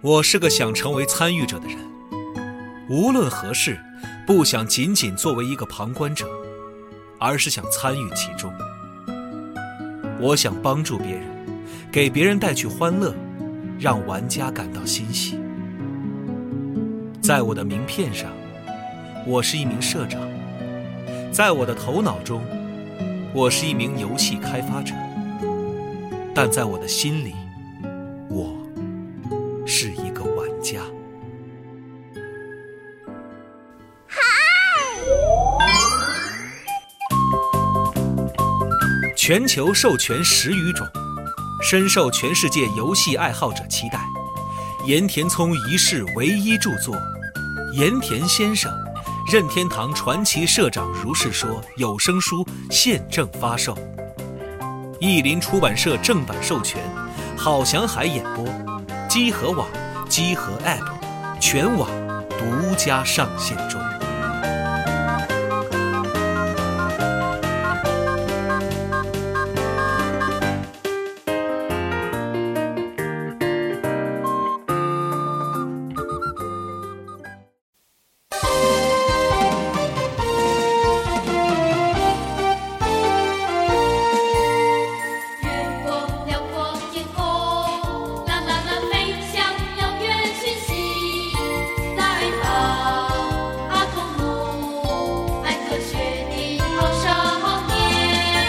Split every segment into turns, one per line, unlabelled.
我是个想成为参与者的人，无论何事，不想仅仅作为一个旁观者，而是想参与其中。我想帮助别人，给别人带去欢乐，让玩家感到欣喜。在我的名片上，我是一名社长；在我的头脑中，我是一名游戏开发者；但在我的心里，我是一个玩家。全球授权十余种，深受全世界游戏爱好者期待。盐田聪一世唯一著作《盐田先生》，任天堂传奇社长如是说有声书现正发售，译林出版社正版授权，郝祥海演播，积禾网、积禾 App 全网独家上线中。
越过辽阔天空，啦啦啦，飞向遥远讯息。来吧，阿童木，爱科学的好少年，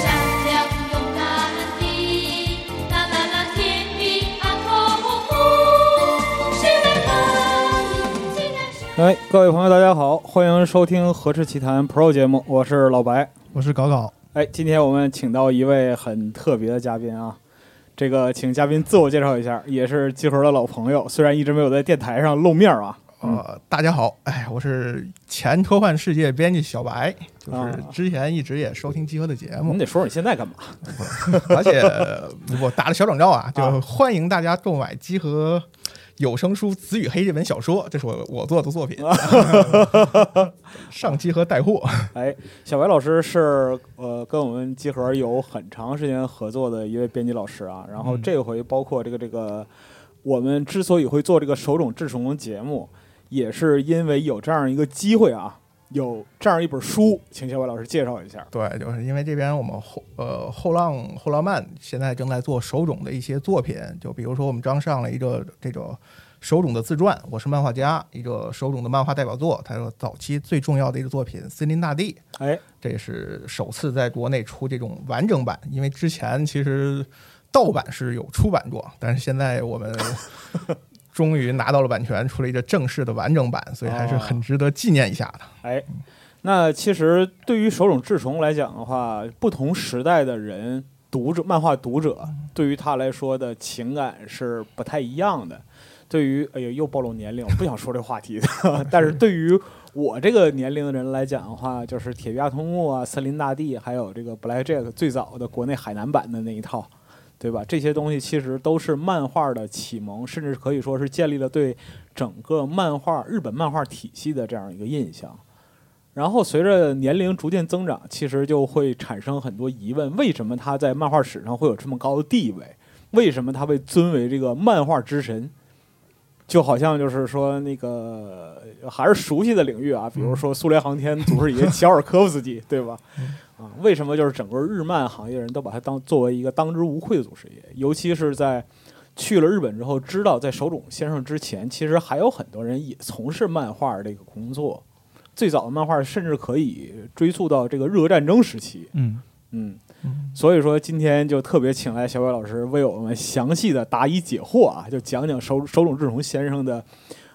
善良勇敢的，啦啦啦，甜蜜阿童木，谁来帮？既然是。
哎，各位朋友，大家好，欢迎收听《何氏奇谈 Pro》节目，我是老白。
我是搞搞，
哎，今天我们请到一位很特别的嘉宾啊，这个请嘉宾自我介绍一下，也是集合的老朋友，虽然一直没有在电台上露面儿啊，
呃，大家好，哎，我是前科幻世界编辑小白，就是
啊嗯
之前一直也收听集合的节
你
目，
得说说你现在干嘛？
而且呃我打了小广告
啊
啊，就欢迎大家购买集合有声书《紫与黑》这本小说，这是我我做的作品，上集合带货，
哎，小白老师是呃跟我们集合有很长时间合作的一位编辑老师啊，然后
嗯
这回包括这个这个，我们之所以会做这个手冢治虫节目，也是因为有这样一个机会啊，有这样一本书，请小白老师介绍一下。
对，就是因为这边我们后呃后浪后浪漫现在正在做手冢的一些作品，就比如说我们刚上了一个这种手冢的自传《我是漫画家》，一个手冢的漫画代表作，它是早期最重要的一个作品《森林大地》，
哎，
这是首次在国内出这种完整版，因为之前其实盗版是有出版过，但是现在我们终于拿到了版权，出了一个正式的完整版，所以还是很值得纪念一下的。
哎，那其实对于手冢治虫来讲的话，不同时代的人读者、漫画读者，对于他来说的情感是不太一样的。对于哎呀，又暴露年龄，我不想说这话题的。 但是对于我这个年龄的人来讲的话，就是《铁臂阿童木》啊，《森林大地》，还有这个《Black Jack》最早的国内海南版的那一套，对吧？这些东西其实都是漫画的启蒙，甚至可以说是建立了对整个漫画日本漫画体系的这样一个印象。然后随着年龄逐渐增长，其实就会产生很多疑问：为什么他在漫画史上会有这么高的地位？为什么他被尊为这个漫画之神？就好像就是说那个还是熟悉的领域啊，比如说苏联航天祖师爷乔尔科夫斯基，对吧？啊，为什么就是整个日漫行业人都把他当作为一个当之无愧的祖师爷？尤其是在去了日本之后，知道在手冢先生之前，其实还有很多人也从事漫画这个工作。最早的漫画甚至可以追溯到这个日俄战争时期。
嗯
嗯，
嗯，
所以说今天就特别请来小伟老师为我们详细的答疑解惑啊，就讲讲手手冢治虫先生的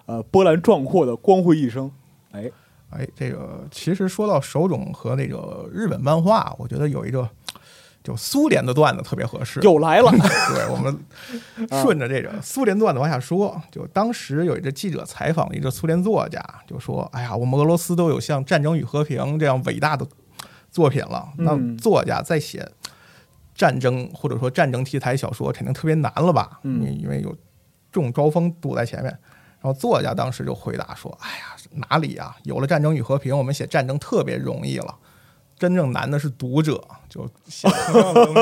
呃波澜壮阔的光辉一生。哎，
哎，这个其实说到手冢和那个日本漫画，我觉得有一个就苏联的段子特别合适。
又来 了啊
对我们顺着这个苏联段子往下说，就当时有一个记者采访了一个苏联作家，就说：“哎呀，我们俄罗斯都有像《战争与和平》这样伟大的作品了，那
嗯
作家在写战争或者说战争题材小说肯定特别难了吧？
嗯
因为因为有众高峰堵在前面。”然后作家当时就回答说：“哎呀，哪里啊？有了《战争与和平》，我们写战争特别容易了。真正难的是读者，就写同样的东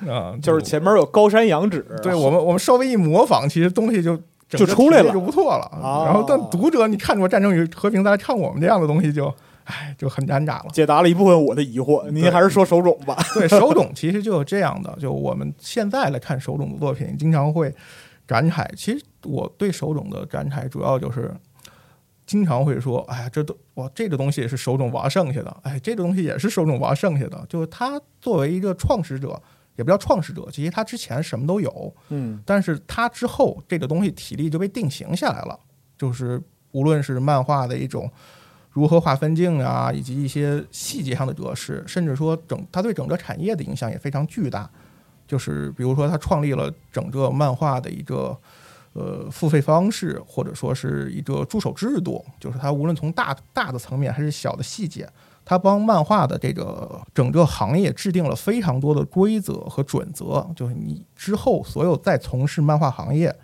西 啊，
就是前面有高山仰止，
对我们我们稍微一模仿，其实东西就。整个
就出来
体系
了
就不错了。
哦
然后，但读者你看过《战争与和平》，再看我们这样的东西就，唉，就很难打了。
解答了一部分我的疑惑。您
对
还是说手冢吧。
对手冢其实就有这样的，就我们现在来看手冢的作品，经常会感慨。其实我对手冢的感慨，主要就是经常会说，哎呀，这都哇，这个东西是手冢娃剩下的，哎，这个东西也是手冢娃剩下的。就是他作为一个创始者，也不叫创始者，其实他之前什么都有，
嗯
但是他之后这个东西体力就被定型下来了，就是无论是漫画的一种如何划分镜啊，以及一些细节上的格式，甚至说整他对整个产业的影响也非常巨大。就是比如说，他创立了整个漫画的一个呃付费方式，或者说是一个助手制度，就是他无论从大大的层面还是小的细节，他帮漫画的这个整个行业制定了非常多的规则和准则，就是你之后所有再从事漫画行业，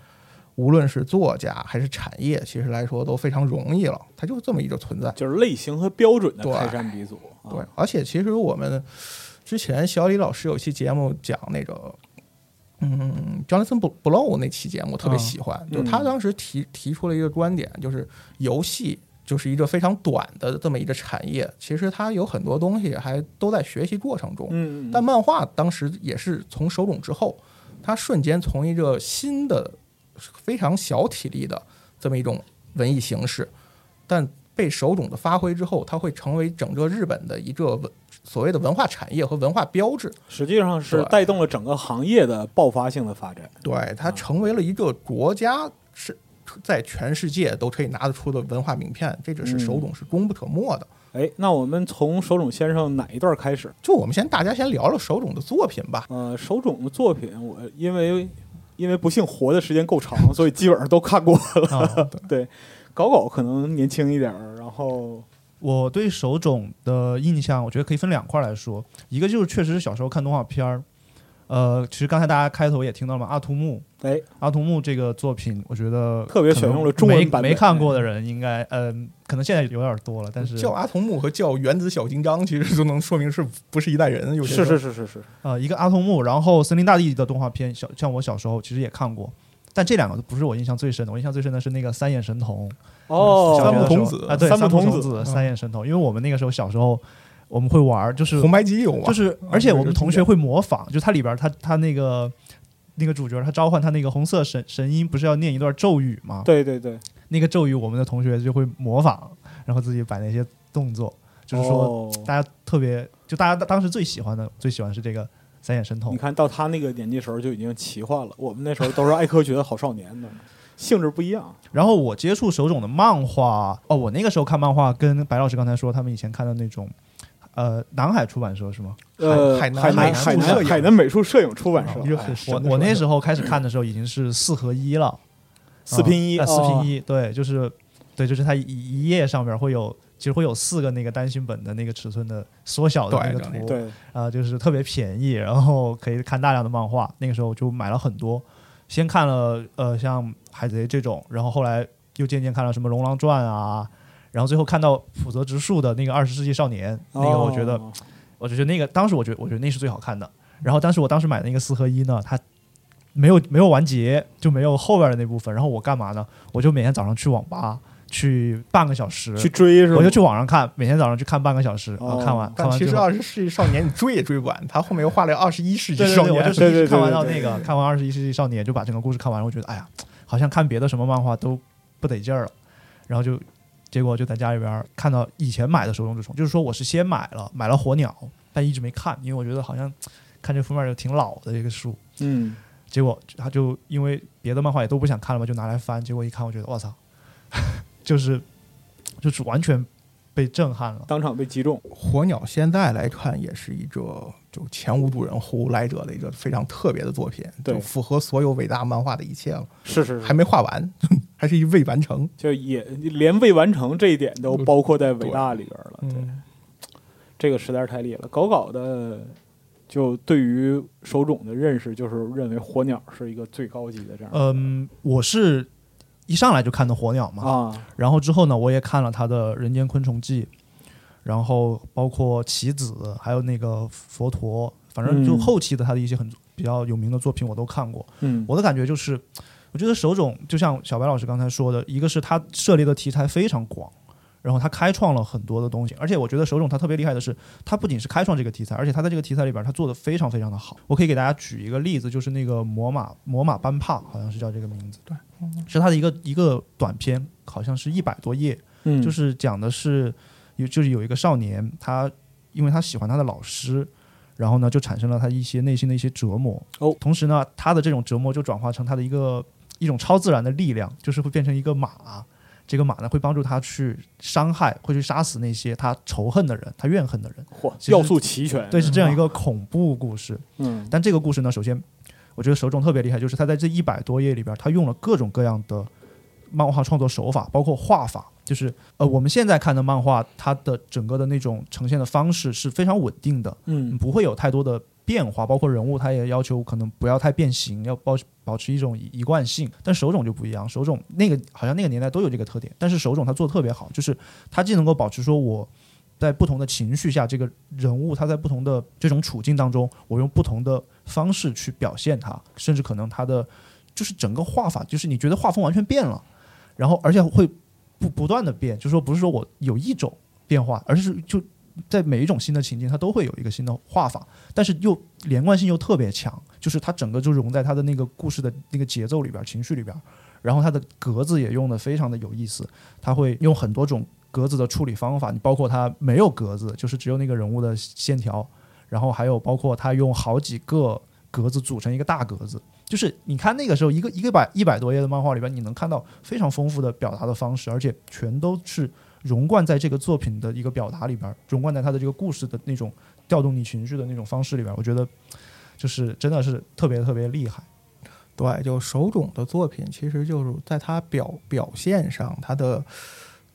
无论是作家还是产业，其实来说都非常容易了。它就是这么一个存在。
就是类型和标准的
对
开山鼻祖。啊
对，，而且其实我们之前小李老师有期节目讲那个，嗯，Jonathan Bl- Blow 那期节目我特别喜欢，就他当时提提出了一个观点，就是游戏就是一个非常短的这么一个产业，其实它有很多东西还都在学习过程中。
嗯，
但漫画当时也是从手冢之后，它瞬间从一个新的、非常小体力的这么一种文艺形式，但被手冢的发挥之后，它会成为整个日本的一个文所谓的文化产业和文化标志。
实际上是
对
带动了整个行业的爆发性的发展。
对，它成为了一个国家是在全世界都可以拿得出的文化名片，这只是手冢是功不可没的。
哎，那我们从手冢先生哪一段开始？
就我们先大家先聊聊手冢的作品吧。
呃，手冢的作品，我因为因为不幸活的时间够长，所以基本上都看 过了。
啊，
对，搞搞可能年轻一点儿，然后
我对手冢的印象，我觉得可以分两块来说，一个就是确实是小时候看动画片儿，呃，其实刚才大家开头也听到了嘛，阿童木，
哎，
阿童木这个作品，我觉得
特别选用了中文版本
没没看过的人应该，嗯、可能现在有点多了，但是
叫阿童木和叫原子小金刚，其实就能说明是不是一代人。有些
是
时候
是是是是，
呃，一个阿童木，然后森林大地的动画片，小像我小时候其实也看过，但这两个不是我印象最深的，我印象最深的是那个三眼神童，
哦，
小
小学
木
的时候
童子
啊，对，
三
三
木
木
童
童
子嗯
子三眼神童，因为我们那个时候小时候我们会玩儿，就是
红白机有吗？
嗯就是，而且
这个
我们
经
同学
典
会模仿，就它里边儿它它那个那个主角，他召唤他那个红色神神鹰，不是要念一段咒语吗？
对对对，
那个咒语，我们的同学就会模仿，然后自己摆那些动作，就是说
哦
大家特别，就大家当时最喜欢的，最喜欢是这个三眼神童
你。看到他那个年纪时候就已经奇幻了，我们那时候都是爱科学的好少年呢，性质不一样。
然后我接触手冢的漫画，哦，我那个时候看漫画，跟白老师刚才说，他们以前看的那种，呃，南海出版社是吗？
呃，海
海
南
南
南海
海南摄
南
影
海南美术摄影出版社，
一个
哎
很
我
神的
我哦那
说
时候开始看的时候已经是四合一了，
四拼一
啊，四
哦
拼一，对，就是对，就是它一一页上面会有，其实会有四个那个单行本的那个尺寸的缩小的那个
对
图，
对，
啊、就是特别便宜，然后可以看大量的漫画。那个时候就买了很多，先看了呃像海贼这种，然后后来又渐渐看了什么龙狼传啊，然后最后看到浦泽直树的那个二十世纪少年，那个我觉得
哦
我就觉得那个当时我觉得我觉得那是最好看的。然后，但是我当时买的那个四合一呢，它没有没有完结，就没有后边的那部分。然后我干嘛呢？我就每天早上去网吧去半个小时，
去追是吧？
我就去网上看，每天早上去看半个小时，
哦
啊，看完看
但
完
其
之
实
后，
二十世纪少年你追也追不完，他后面又画了二十一世纪
对对
少
对，我
年
就，
对对
是一
对
直看完到
对
那
对
个，看完《二十一世纪少年》，就把整个故事看完了。我觉得，哎呀，好像看别的什么漫画都不得劲儿了，然后就。结果就在家里边儿看到以前买的《手冢治虫》，就是说我是先买了买了《火鸟》，但一直没看，因为我觉得好像看这封面就挺老的这个书，
嗯，
结果他就因为别的漫画也都不想看了嘛，就拿来翻，结果一看，我觉得我操， 就是就是完全被震撼了。
当场被击中。
火鸟现在来看也是一个就前无古人后无来者的一个非常特别的作品，
对
就符合所有伟大漫画的一切了，
是是
还
是，
没画完， 还是一未完成。
就也连未完成这一点都
嗯
包括在伟大里边了。对，
嗯，
这个实在是太厉害了。搞搞的，就对于手冢的认识，就是认为火鸟是一个最高级的这样
嗯，我是一上来就看的《火鸟》嘛，
啊，
然后之后呢，我也看了他的《人间昆虫记》，然后包括棋子，还有那个佛陀，反正就
嗯
后期的他的一些很比较有名的作品我都看过。
嗯，
我的感觉就是，我觉得手冢就像小白老师刚才说的，一个是他涉猎的题材非常广，然后他开创了很多的东西，而且我觉得手冢他特别厉害的是，他不仅是开创这个题材，而且他在这个题材里边他做的非常非常的好。我可以给大家举一个例子，就是那个魔马魔马斑帕，好像是叫这个名字，对，是他的一个一个短片，好像是一百多页，
嗯
就是讲的是有就是有一个少年，他因为他喜欢他的老师，然后呢就产生了他一些内心的一些折磨。
哦
同时呢，他的这种折磨就转化成他的一个一种超自然的力量，就是会变成一个马。这个马呢，会帮助他去伤害，会去杀死那些他仇恨的人，他怨恨的人。
嚯
其实
要素齐全，
对，是这样一个恐怖故事。
嗯
但这个故事呢，首先我觉得手冢特别厉害，就是他在这一百多页里边，他用了各种各样的漫画创作手法，包括画法。就是呃，我们现在看的漫画，它的整个的那种呈现的方式是非常稳定的，
嗯
不会有太多的变化。包括人物，他也要求可能不要太变形，要保保持一种一一贯性。但手冢就不一样，手冢那个好像那个年代都有这个特点，但是手冢他做的特别好，就是他既能够保持说我在不同的情绪下，这个人物他在不同的这种处境当中，我用不同的方式去表现他，甚至可能他的就是整个画法，就是你觉得画风完全变了，然后而且会不不断的变，就是说不是说我有一种变化，而是就在每一种新的情境，它都会有一个新的画法，但是又连贯性又特别强，就是它整个就融在它的那个故事的那个节奏里边、情绪里边，然后它的格子也用的非常的有意思，它会用很多种格子的处理方法，你包括它没有格子，就是只有那个人物的线条，然后还有包括它用好几个格子组成一个大格子。就是你看那个时候一个一个百一百多页的漫画里边，你能看到非常丰富的表达的方式，而且全都是融贯在这个作品的一个表达里边儿，融贯在他的这个故事的那种调动你情绪的那种方式里边儿，我觉得就是真的是特别特别厉害。
对，就手冢的作品，其实就是在他表表现上，他的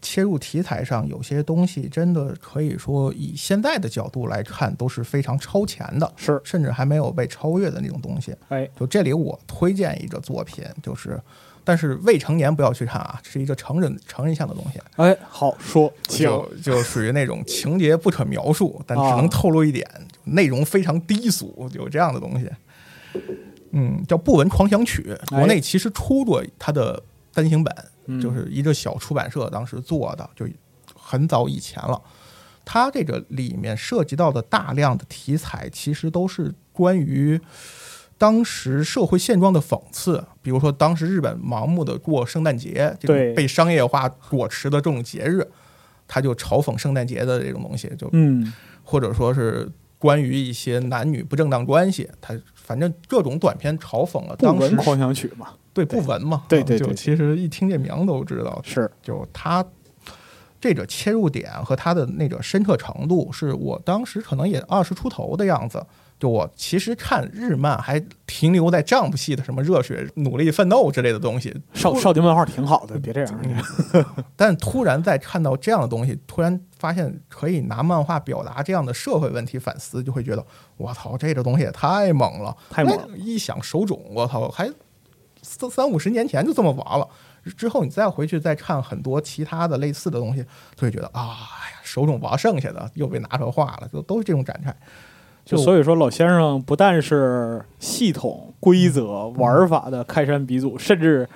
切入题材上，有些东西真的可以说以现在的角度来看都是非常超前的，
是
甚至还没有被超越的那种东西。
哎
就这里我推荐一个作品，就是，但是未成年不要去看啊，是一个成人成人向的东西，
哎好说，请
就就属于那种情节不可描述，但只能透露一点，就内容非常低俗，有这样的东西。嗯，叫《不闻狂想曲》，
哎
国内其实出过它的单行本，
嗯
就是一个小出版社当时做的，就很早以前了。它这个里面涉及到的大量的题材，其实都是关于当时社会现状的讽刺，比如说当时日本盲目的过圣诞节，这
对
种被商业化裹持的这种节日，他就嘲讽圣诞节的这种东西，就
嗯
或者说是关于一些男女不正当关系，他反正各种短片嘲讽了
不
当时
闻狂想曲嘛，
对不文嘛，啊
对对对
就
对
其实一听这名都知道，
是
就他这个切入点和他的那个深刻程度，是我当时可能也二十出头的样子。就我其实看日漫还停留在丈夫系的什么热血、努力奋斗之类的东西，
少少年漫画挺好的，别这
嗯
样，
但突然在看到这样的东西，突然发现可以拿漫画表达这样的社会问题反思，就会觉得我操，这个东西也太猛了！
太猛了
那一想手冢，我操，还三三五十年前就这么玩了。之后你再回去再看很多其他的类似的东西，就会觉得啊，哎呀，手冢玩剩下的又被拿出来画了，就都是这种感慨。
就所以说老先生不但是系统、规
嗯
则、玩法的开山鼻祖，甚至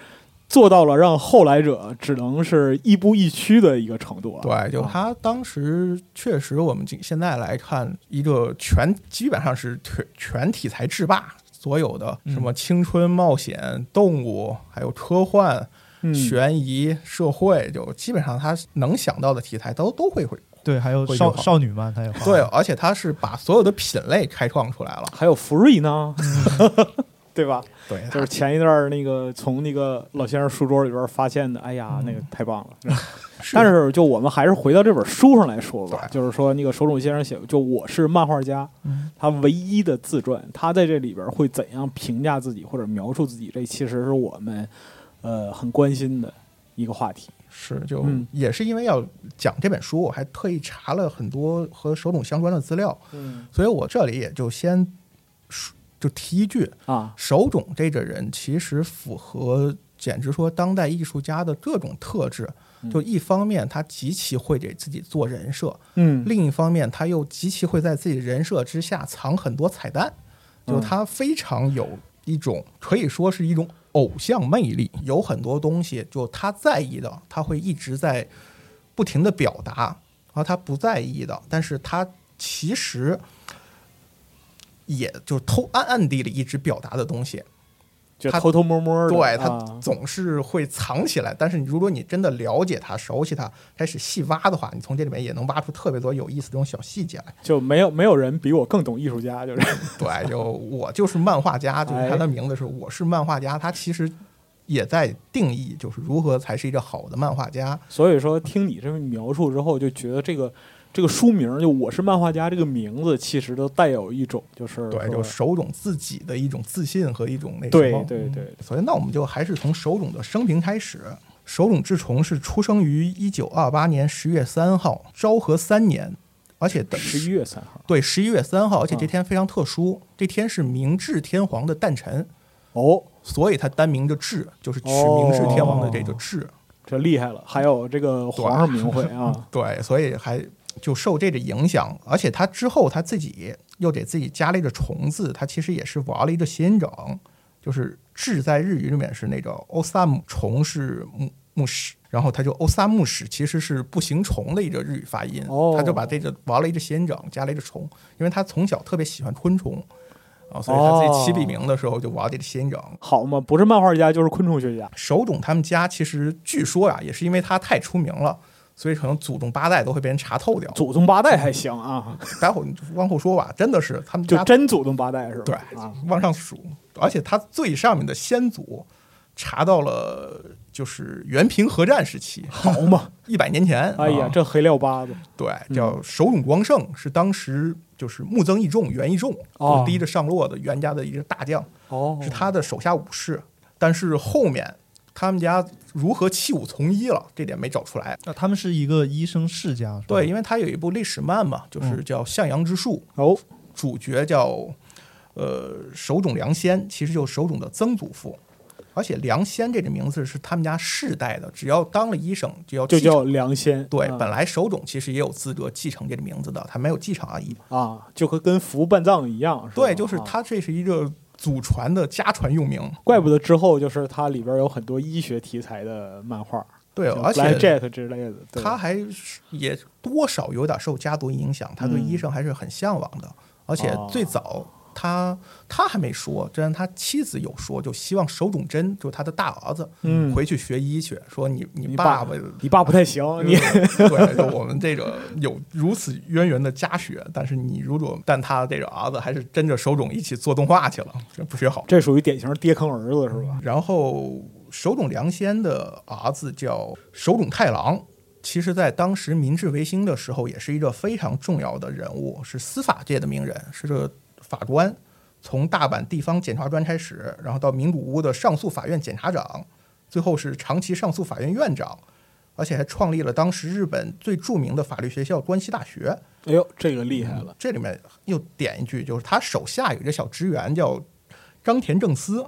做到了让后来者只能是亦步亦趋的一个程度了。
对，就
啊
他当时确实，我们今现在来看，一个全基本上是全全题材制霸，所有的
嗯
什么青春冒险、动物，还有科幻、
嗯
悬疑、社会，就基本上他能想到的题材都都会会。
对，还有
会
少
就好
少女漫，他也
啊
画
对，而且他是把所有的品类开创出来了。
还有福瑞呢，
嗯
对吧？
对，
就是前一段儿那个从那个老先生书桌里边儿发现的，哎呀，
嗯
那个太棒 了。但是就我们还是回到这本书上来说吧，
对嗯
就是说那个手冢先生写，就我是漫画家，他唯一的自传，他在这里边会怎样评价自己或者描述自己，这其实是我们呃很关心的一个话题。
是，就
嗯
也是因为要讲这本书，我还特意查了很多和手冢相关的资料，
嗯
所以我这里也就先说就提一句，
啊，
手冢这个人其实符合，简直说当代艺术家的各种特质。
嗯
就一方面他极其会给自己做人设，
嗯
另一方面他又极其会在自己人设之下藏很多彩蛋，就
嗯
他非常有一种可以说是一种偶像魅力，有很多东西就他在意的，他会一直在不停的表达，然后他不在意的，但是他其实也就偷暗暗地里一直表达的东西，
就
他
偷偷摸摸的，
对
啊
他总是会藏起来，但是你如果你真的了解他、熟悉他，开始细挖的话，你从这里面也能挖出特别多有意思的这种小细节来。
就没有没有人比我更懂艺术家，就是
对，就我就是漫画家，
哎
就是他的名字是我是漫画家，他其实也在定义就是如何才是一个好的漫画家。
所以说听你这么描述之后，就觉得这个这个书名就我是漫画家这个名字，其实都带有一种就是
对，
说
就手冢自己的一种自信和一种那什
对
么。
对对，
所以那我们就还是从手冢的生平开始。手冢治虫是出生于一九二八年十月三号，昭和三年，而且等
十一月三号
对，十一月三号，而且
啊
这天非常特殊，这天是明治天皇的诞辰，
哦，
所以他单名叫治，就是取明治天皇的这个
哦
治。
这厉害了，还有这个皇上名讳啊，
对，所以还就受这个影响，而且他之后他自己又给自己加了一个虫字，他其实也是玩了一个谐音梗，就是治在日语里面是那个欧萨姆虫是木木屎，然后他就欧萨木屎其实是不行虫的一个日语发音，
哦
他就把这个玩了一个谐音梗，加了一个虫，因为他从小特别喜欢昆虫。啊，所以他自己起笔名的时候就玩这个谐音梗。
好嘛，不是漫画家就是昆虫学家，
手冢他们家其实据说啊，也是因为他太出名了，所以可能祖宗八代都会被人查透掉。
祖宗八代还行啊，
待会儿你往后说吧，真的是他们
就
家
真祖宗八代是吧？
对
啊，
往上数，而且他最上面的先祖查到了，就是原平和战时期，
好嘛，
一百年前。
哎呀
啊，
这嗯黑料八子
对，叫手冢光胜是当时就是木曾义重、源义重，
哦
就是第一个上落的袁家的一个大将，
哦
是他的手下武士。但是后面他们家如何弃武从医了，这点没找出来。
嗯
那他们是一个医生世家，是吧
对，因为他有一部历史漫嘛，
嗯
就是叫《向阳之术》，
哦
主角叫呃手冢良先，其实就是手冢的曾祖父。而且良先这个名字是他们家世代的，只要当了医生就要
就
继承
叫良仙，
对。
啊
本来手冢其实也有资格继承这个名字的，他没有继承而已。
啊，就和跟福办藏一样，吧
对，就是
啊
他这是一个祖传的家传用名。
怪不得之后就是它里边有很多医学题材的漫画，
对，
像
而
Black
且
Jack 之类的，对
他还是也多少有点受家族影响，他对
嗯
医生还是很向往的。而且
哦
最早他他还没说，但他妻子有说，就希望手冢真就是他的大儿子，
嗯
回去学医去，说你你
你爸
爸爸。
你爸不太行，
嗯
你
对，就我们这个有如此渊源的家学，但是你如果但他这个儿子还是跟着手冢一起做动画去了，这不学好。
这属于典型爹坑儿子是吧？
然后手冢良先的儿子叫手冢太郎，其实在当时明治维新的时候，也是一个非常重要的人物，是司法界的名人，是个法官。从大阪地方检察官开始，然后到名古屋的上诉法院检察长，最后是长崎上诉法院院长，而且还创立了当时日本最著名的法律学校关西大学。
哎呦，这个厉害了，
这里面又点一句，就是他手下有一个小职员叫冈田正司，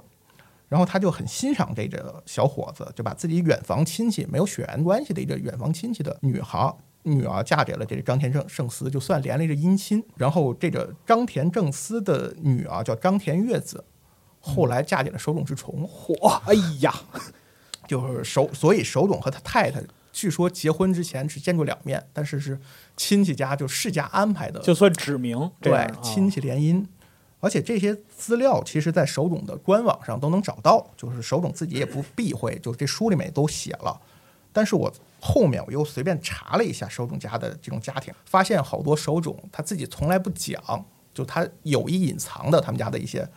然后他就很欣赏这个小伙子，就把自己远房亲戚没有血缘关系的一个远房亲戚的女孩女儿嫁给了这个冈田正正司，就算连了一个姻亲。然后这个冈田正司的女儿叫冈田月子，后来嫁给了手冢治虫，
嚯，哎呀，
就是手，所以手冢和他太太。据说结婚之前只见过两面，但是是亲戚家就世家安排的，
就算指名，这样
对
啊
亲戚联姻，而且这些资料其实在手冢的官网上都能找到，就是手冢自己也不避讳，就是这书里面也都写了。但是我后面我又随便查了一下手冢家的这种家庭，发现好多手冢他自己从来不讲，就他有意隐藏的他们家的一些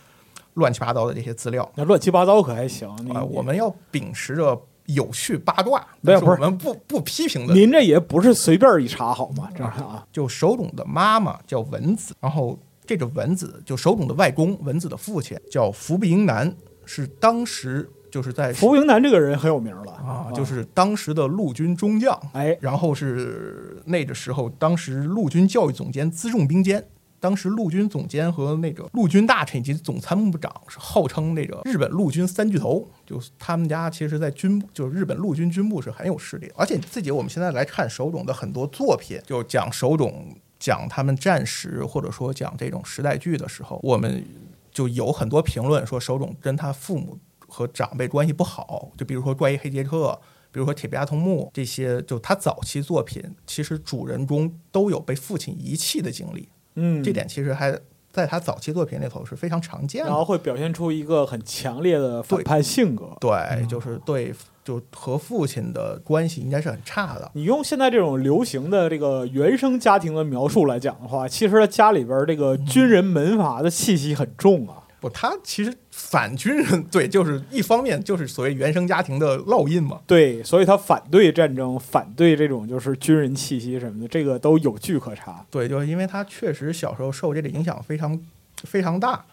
乱七八糟的这些资料。
那乱七八糟可还行，你
啊、我们要秉持着有序八卦，
没有
但是
不
我
是
们不不批评的。
您这也不是随便一查好吗？这样 啊，
就手冢的妈妈叫文子，然后这个文子就手冢的外公，文子的父亲叫服部英男，是当时就是在
服务营男这个人很有名了
啊，就是当时的陆军中将，
哎
然后是那个时候当时陆军教育总监资重兵监，当时陆军总监和那个陆军大臣以及总参谋长是号称那个日本陆军三巨头，就是他们家其实，在军部就是日本陆军军部是很有势力的。而且自己我们现在来看手冢的很多作品，就讲手冢讲他们战时或者说讲这种时代剧的时候，我们就有很多评论说手冢跟他父母和长辈关系不好，就比如说怪医黑杰克。比如说《铁臂阿童木》这些，就他早期作品，其实主人公都有被父亲遗弃的经历。
嗯，
这点其实还在他早期作品里头是非常常见
然后
的。
会表现出一个很强烈的反
对
叛性格。
对，就是对，就和父亲的关系应该是很差的。
你用现在这种流行的这个原生家庭的描述来讲的话，其实他家里边这
嗯
个军人门阀的气息很重啊。
不，他其实反军人，对，就是一方面就是所谓原生家庭的烙印嘛。
对，所以他反对战争，反对这种就是军人气息什么的，这个都有据可查。
对，就是因为他确实小时候受这个影响非常非常大，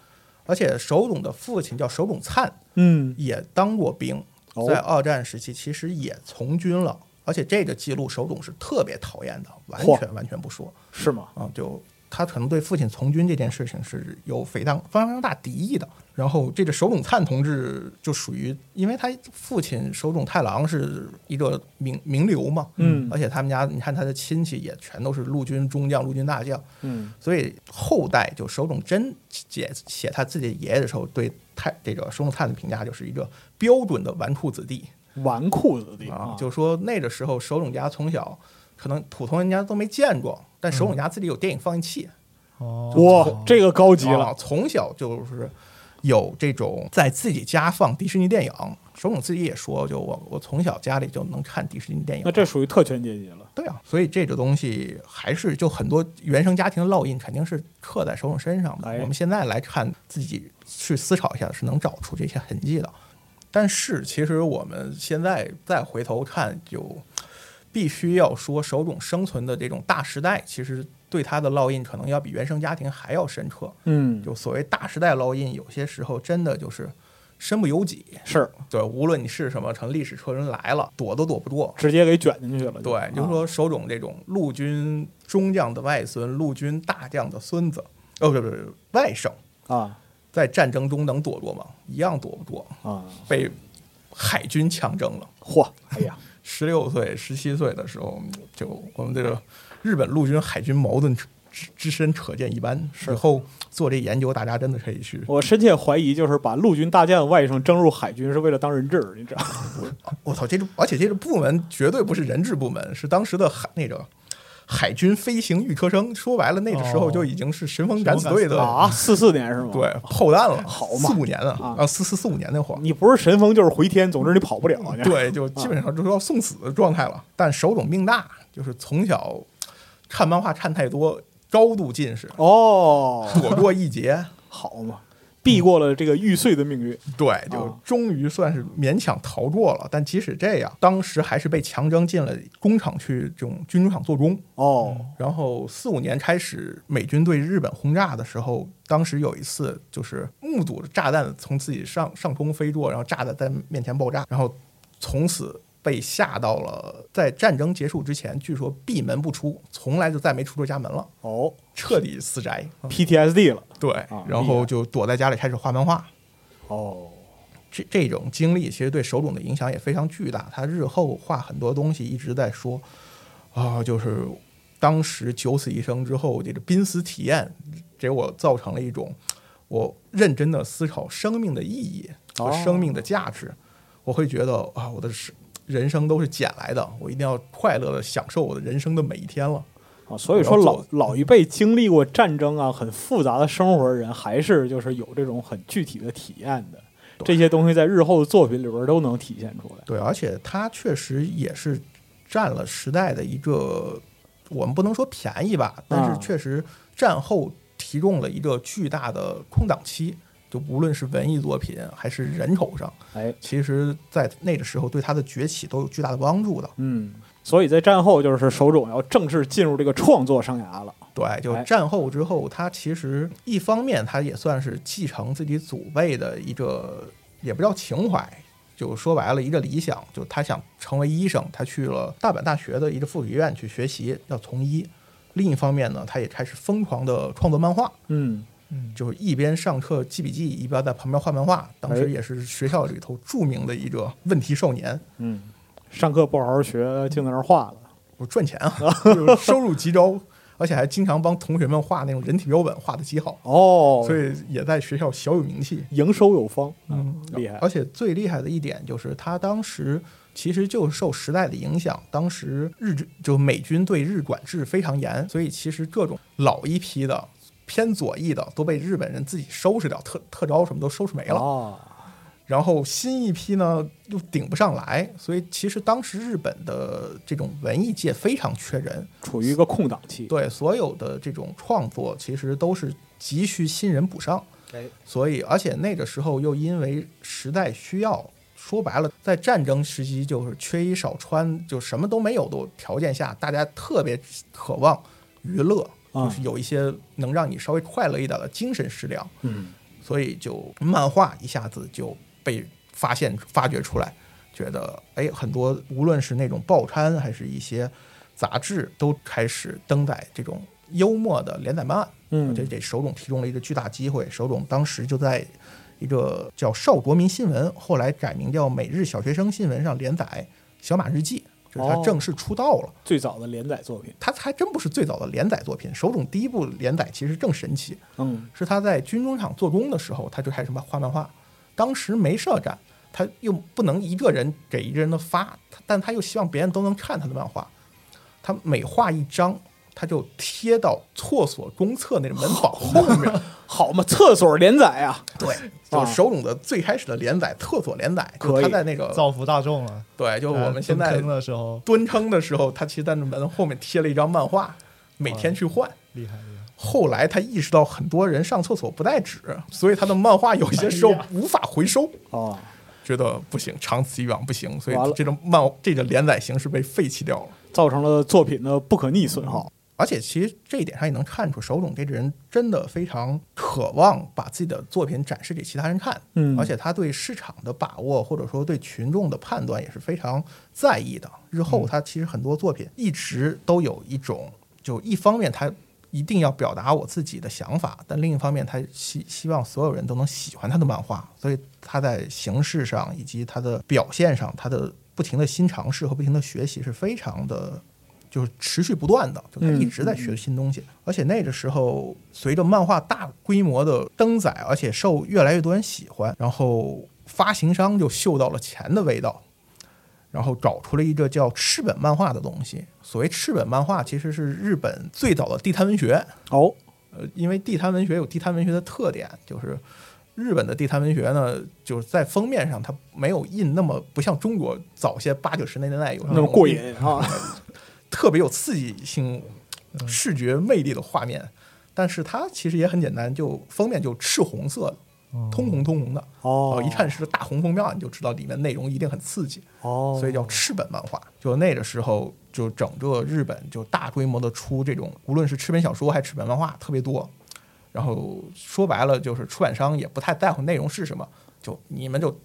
而且手冢的父亲叫手冢灿，
嗯，
也当过兵，
哦
在二战时期其实也从军了，而且这个记录手冢是特别讨厌的，完
嚯
全完全不说
是吗？
啊，就他可能对父亲从军这件事情是有非常非常大敌意的。然后这个手冢灿同志就属于，因为他父亲手冢太郎是一个名名流嘛，
嗯
而且他们家你看他的亲戚也全都是陆军中将、陆军大将，
嗯，
所以后代就手冢真写写他自己爷爷的时候，对太这个手冢灿的评价就是一个标准的纨绔子弟
纨绔子弟
啊，就说那个时候手冢家从小可能普通人家都没见过，但手冢家自己有电影放映器，
哦，
哇，这个高级
啊
了。
从小就是有这种在自己家放迪士尼电影，手冢自己也说，就我我从小家里就能看迪士尼电影，
那这属于特权阶级了。
对啊，所以这个东西还是就很多原生家庭的烙印肯定是刻在手冢身上的。
哎
我们现在来看自己去思考一下，是能找出这些痕迹的。但是其实我们现在再回头看，就必须要说手冢生存的这种大时代，其实对他的烙印可能要比原生家庭还要深刻。
嗯，
就所谓大时代烙印，有些时候真的就是身不由己。
是
对，无论你是什么，成历史车轮来了，躲都躲不过。
直接给卷进去了。
对，啊就是说手冢这种陆军中将的外孙、陆军大将的孙子，哦，不不不，外甥，
啊
在战争中能躲过吗？一样躲不过，
啊啊，
被海军强征了。
嚯，哎 呀，
十六岁、十七岁的时候，就我们这个日本陆军海军矛盾之之之深，可见一斑。以后做这研究，大家真的可以去。
我深切怀疑，就是把陆军大将的外甥征入海军是为了当人质，你知道吗？
我操，这个而且这个部门绝对不是人质部门，是当时的海那个海军飞行预科生。说白了，那个时候
哦
就已经是神风
神
敢
风
死
敢
队
死
的
啊，四四年是吗？
对，炮弹了，
好嘛
四五年了
啊
啊，四四四五年那会儿，啊
你不是神风就是回天，总之你跑不了。你
对，就基本上就是要送死的状态了。但手冢命大，就是从小看漫画看太多，高度近视，
哦，
躲过一劫，
好嘛，避过了这个玉碎的命运。
对，
啊
就终于算是勉强逃过了。但即使这样，当时还是被强征进了工厂去这种军工厂做工。
哦，
然后四五年开始，美军对日本轰炸的时候，当时有一次就是目睹炸弹从自己上上空飞过，然后炸弹在面前爆炸，然后从此被吓到了。在战争结束之前，据说闭门不出，从来就再没出过家门了，
哦
彻底死宅。嗯
，PTSD 了。
对
啊，
然
厉
后
害
就躲在家里开始画漫画。
哦，
这这种经历其实对手冢的影响也非常巨大。他日后画很多东西一直在说，啊、就是当时九死一生之后，这个濒死体验给我造成了一种我认真的思考生命的意义和
哦
生命的价值。我会觉得啊，我的是人生都是捡来的，我一定要快乐的享受我的人生的每一天了。
啊，所以说
我要
老
做
老一辈经历过战争啊，很复杂的生活的人，还是就是有这种很具体的体验的。这些东西在日后的作品里边都能体现出来。
对，而且它确实也是占了时代的一个，我们不能说便宜吧，但
啊
是确实战后提供了一个巨大的空档期。就无论是文艺作品还是人口上，
哎，
其实在那个时候对它的崛起都有巨大的帮助的。
嗯，所以在战后就是手冢要正式进入这个创作生涯了。
对，就
哎
战后之后，他其实一方面他也算是继承自己祖辈的一个，也不叫情怀，就说白了一个理想，就他想成为医生，他去了大阪大学的一个附属医院去学习，要从医。另一方面呢，他也开始疯狂的创作漫画，
嗯，
嗯，
就是一边上课记笔记，一边在旁边画漫画。当时也是学校里头著名的一个问题少年，
嗯，上课不好好学，净在那儿画了。
我赚钱啊，就是收入极高，而且还经常帮同学们画那种人体标本，画的极好，
哦，
所以也在学校小有名气。
营收有方，
嗯，
厉害
而且最厉害的一点就是，他当时其实就受时代的影响，当时日就美军对日管制非常严，所以其实各种老一批的偏左翼的都被日本人自己收拾掉，特特招什么都收拾没了。
啊，
然后新一批呢又顶不上来，所以其实当时日本的这种文艺界非常缺人，
处于一个空档期。
对所有的这种创作其实都是急需新人补上。
哎，
所以，而且那个时候又因为时代需要，说白了，在战争时期就是缺衣少穿，就什么都没有的条件下，大家特别渴望娱乐，
啊
就是有一些能让你稍微快乐一点的精神食粮，
嗯，
所以就漫画一下子就被发现发掘出来，觉得哎，很多无论是那种报刊还是一些杂志，都开始登载这种幽默的连载漫案。
嗯
这给手冢提供了一个巨大机会。手冢当时就在一个叫《少国民新闻》，后来改名叫《每日小学生新闻》上连载《小马日记》，就是
哦
他正式出道了。
最早的连载作品。
他还真不是最早的连载作品，手冢第一部连载其实更神奇，
嗯，
是他在军工厂做工的时候，他就开始画漫画。当时没社长，他又不能一个人给一个人的发，他但他又希望别人都能看他的漫画。他每画一张，他就贴到厕所公厕那个门板后面，
好嘛，厕所连载啊，
对，
啊
就是手冢的最开始的连载，厕所连载，就
可
是
以
他在那个
造嗯福大众啊了。
对，就我们现
蹲
在
坑的时候
蹲坑的时候，他其实在那门后面贴了一张漫画，每天去换。
厉害厉害，
后来他意识到很多人上厕所不带纸，所以他的漫画有些时候
哎呀
无法回收，
哦，
觉得不行，长此以往不行，所以
完了
这种漫这个连载形式被废弃掉了。
造成了作品的不可逆损耗。
而且其实这一点上也能看出，手冢这个人真的非常渴望把自己的作品展示给其他人看，
嗯
而且他对市场的把握或者说对群众的判断也是非常在意的。日后他其实很多作品一直都有一种，就一方面他一定要表达我自己的想法，但另一方面他希希望所有人都能喜欢他的漫画，所以他在形式上以及他的表现上，他的不停的新尝试和不停的学习是非常的就是持续不断的，就他一直在学新东西。而且那个时候，随着漫画大规模的登载，而且受越来越多人喜欢，然后发行商就嗅到了钱的味道，然后找出了一个叫赤本漫画的东西。所谓赤本漫画，其实是日本最早的地摊文学。
哦，
呃，因为地摊文学有地摊文学的特点，就是日本的地摊文学呢，就是在封面上它没有印那么不像中国早些八九十年代有
那么
种
过瘾啊，
特别有刺激性、视觉魅力的画面，但是它其实也很简单，就封面就赤红色的，通红通红的，
哦
一看是个大红封面，你就知道里面内容一定很刺激，
哦，
所以叫赤本漫画。就那个时候，就整个日本就大规模的出这种，无论是赤本小说还是赤本漫画，特别多。然后说白了，就是出版商也不太在乎内容是什么，就你们就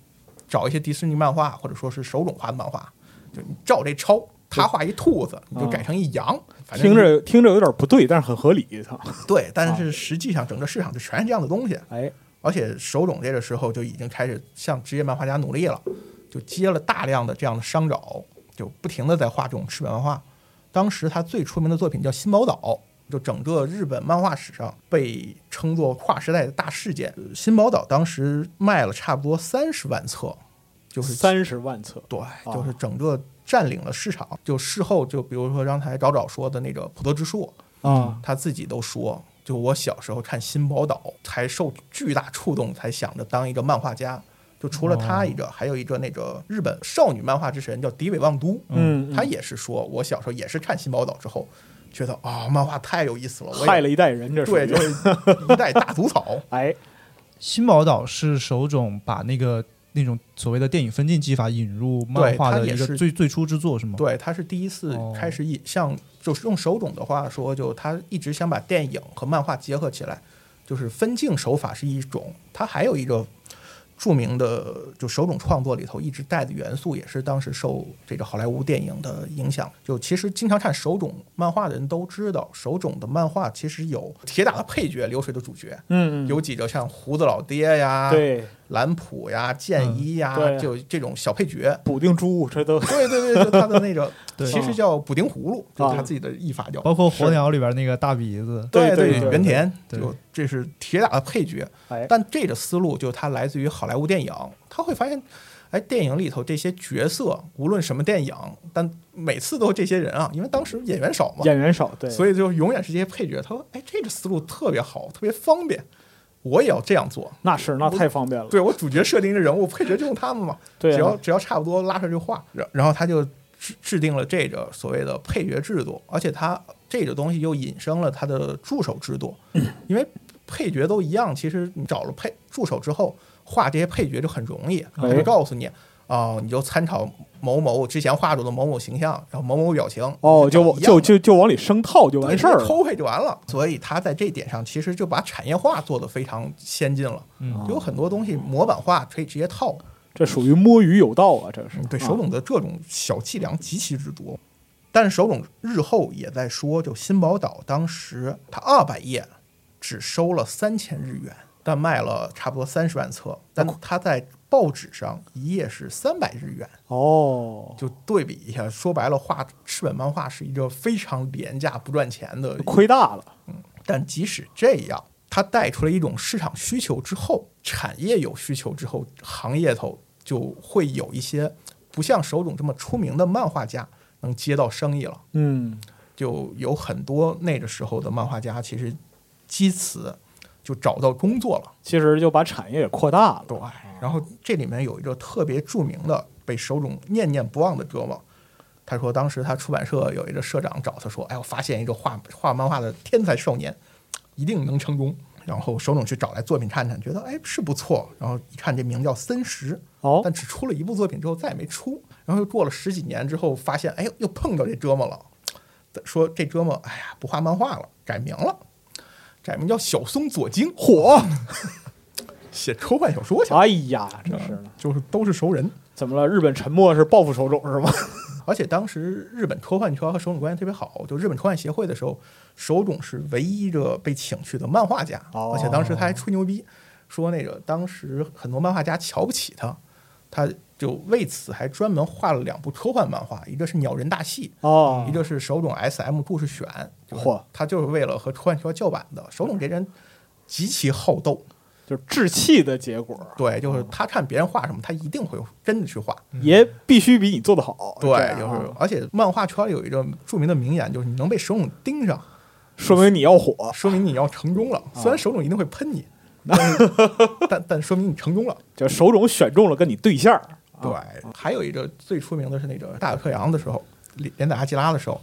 找一些迪士尼漫画或者说是手冢画的漫画，就你照这抄。他画一兔子，你就改成一羊，反正
听着听着有点不对，但是很合理。操，
对，但是实际上整个市场就全是这样的东西。
哎，
而且手冢这个时候就已经开始向职业漫画家努力了，就接了大量的这样的商找，就不停的在画这种赤本漫画。当时他最出名的作品叫《新宝岛》，就整个日本漫画史上被称作跨时代的大事件。呃新宝岛当时卖了差不多三十万册，就是
三十万册，
对，就是整个占领了市场。就事后就比如说刚才早早说的那个《普陀之树》，
啊，
他自己都说，就我小时候看《新宝岛》才受巨大触动，才想着当一个漫画家。就除了他一个，
哦
还有一个那个日本少女漫画之神叫迪尾望都，
嗯嗯
他也是说，我小时候也是看《新宝岛》之后，觉得啊、漫画太有意思了，我也
害了一代人，这属于
对，就是一代大吐槽。
哎，
新宝岛是手冢把那个那种所谓的电影分镜技法引入漫
对
画
它
的
也
一个
是
最最初之作是吗？
对，他是第一次
哦
开始引像，就是用手冢的话说，就他一直想把电影和漫画结合起来，就是分镜手法是一种，他还有一个著名的就手冢创作里头一直带的元素，也是当时受这个好莱坞电影的影响。就其实经常看手冢漫画的人都知道，手冢的漫画其实有铁打的配角，流水的主角，
嗯，嗯
有几个像胡子老爹呀、
对
兰普呀、剑一呀，
嗯对
就这种小配角。
补丁猪这都
对对对，就他的那个，
对啊
其实叫补丁葫芦，就是
啊
他自己的译法叫。
包括《火鸟》里边那个大鼻子，
对
对
对对
原田
对
就这是铁打的配角，
哎
但这个思路就它来自于好莱坞电影，他会发现，哎，电影里头这些角色，无论什么电影，但每次都是这些人啊，因为当时演员少嘛，
演员少，对，
所
以
以就永远是这些配角。他说，哎，这个思路特别好，特别方便，我也要这样做。
那是那
我
太方便了，
对我主角设定的人物，配角就用他们嘛，
对啊
只要只要差不多拉出来就画，然然后他就制制定了这个所谓的配角制度，而且他这个东西又引申了他的助手制度，
嗯
因为配角都一样，其实你找了配助手之后，画这些配角就很容易，
哎
他就告诉你。哦，你就参考某某之前画过的某某形象，然后某某表情，
哦，就
找
往
一样
就
的
就就往里生套就
对
完事儿
就
了，
偷配就完了。所以他在这点上其实就把产业化做得非常先进了，
嗯
有很多东西模板化可以直接套。
这属于摸鱼有道啊，这是
对
啊
手冢的这种小伎俩极其之多。但是手冢日后也在说，就新宝岛当时他二百页只收了三千日元，但卖了差不多三十万册，但他在报纸上一页是三百日元。
哦，
就对比一下，说白了，画赤本漫画是一个非常廉价不赚钱的
亏大了，
但即使这样，它带出了一种市场需求之后，产业有需求之后，行业头就会有一些不像手冢这么出名的漫画家能接到生意了。
嗯，
就有很多那个时候的漫画家，其实基此就找到工作了，
其实就把产业也扩大了，
对。然后这里面有一个特别著名的被手冢念念不忘的哥们儿，他说当时他出版社有一个社长找他说：“哎，我发现一个画画漫画的天才少年，一定能成功。”然后手冢去找来作品看看，觉得哎是不错。然后一看这名叫森石，
哦
但只出了一部作品之后再也没出。然后又过了十几年之后，发现哎呦又碰到这折磨了，说这折磨哎呀不画漫画了，改名了，改名叫小松左京，火， 写科幻小说去了。
哎呀，真是的，
就是都是熟人。
怎么了？日本沉没是报复手冢是 吗？
而且当时日本科幻圈和手冢关系特别好，就日本科幻协会的时候，手冢是唯一一个被请去的漫画家，
哦
而且当时他还吹牛逼，说那个当时很多漫画家瞧不起他，他就为此还专门画了两部科幻漫画，一个是《鸟人大戏》，
哦
一，个是手冢 S.M 故事选，就是
嚯
他就是为了和科幻圈叫板的。手冢这人极其好斗，
就是志气的结果，
对，就是他看别人画什么，他一定会跟着去画。
也必须比你做得好，这
嗯对，
样
就
啊
是，而且漫画圈里有一个著名的名言，就是你能被手冢盯上，
说明你要火，
说明你要成功了。
啊
虽然手冢一定会 喷你，但是但但说明你成功了。
就手冢选中了跟你对象儿，
对，还有一个最出名的是那个大有克洋的时候，连连载阿基拉的时候，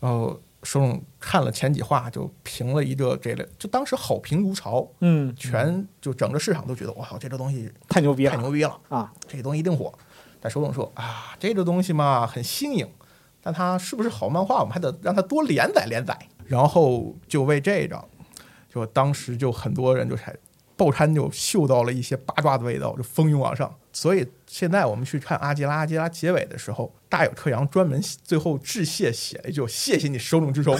然后手冢看了前几话就评了一个这类，就当时好评如潮，
嗯，
全就整个市场都觉得哇，这个东西
太牛逼
太
了
牛逼了。
啊！
这个东西一定火。但手冢说啊，这个东西嘛很新颖，但它是不是好漫画，我们还得让它多连载连载。然后就为这个，就当时就很多人就开报刊就嗅到了一些八卦的味道，就蜂拥往上。所以现在我们去看阿基拉，阿基拉结尾的时候，大有克洋专门最后致谢写了一句：“谢谢你手冢之手。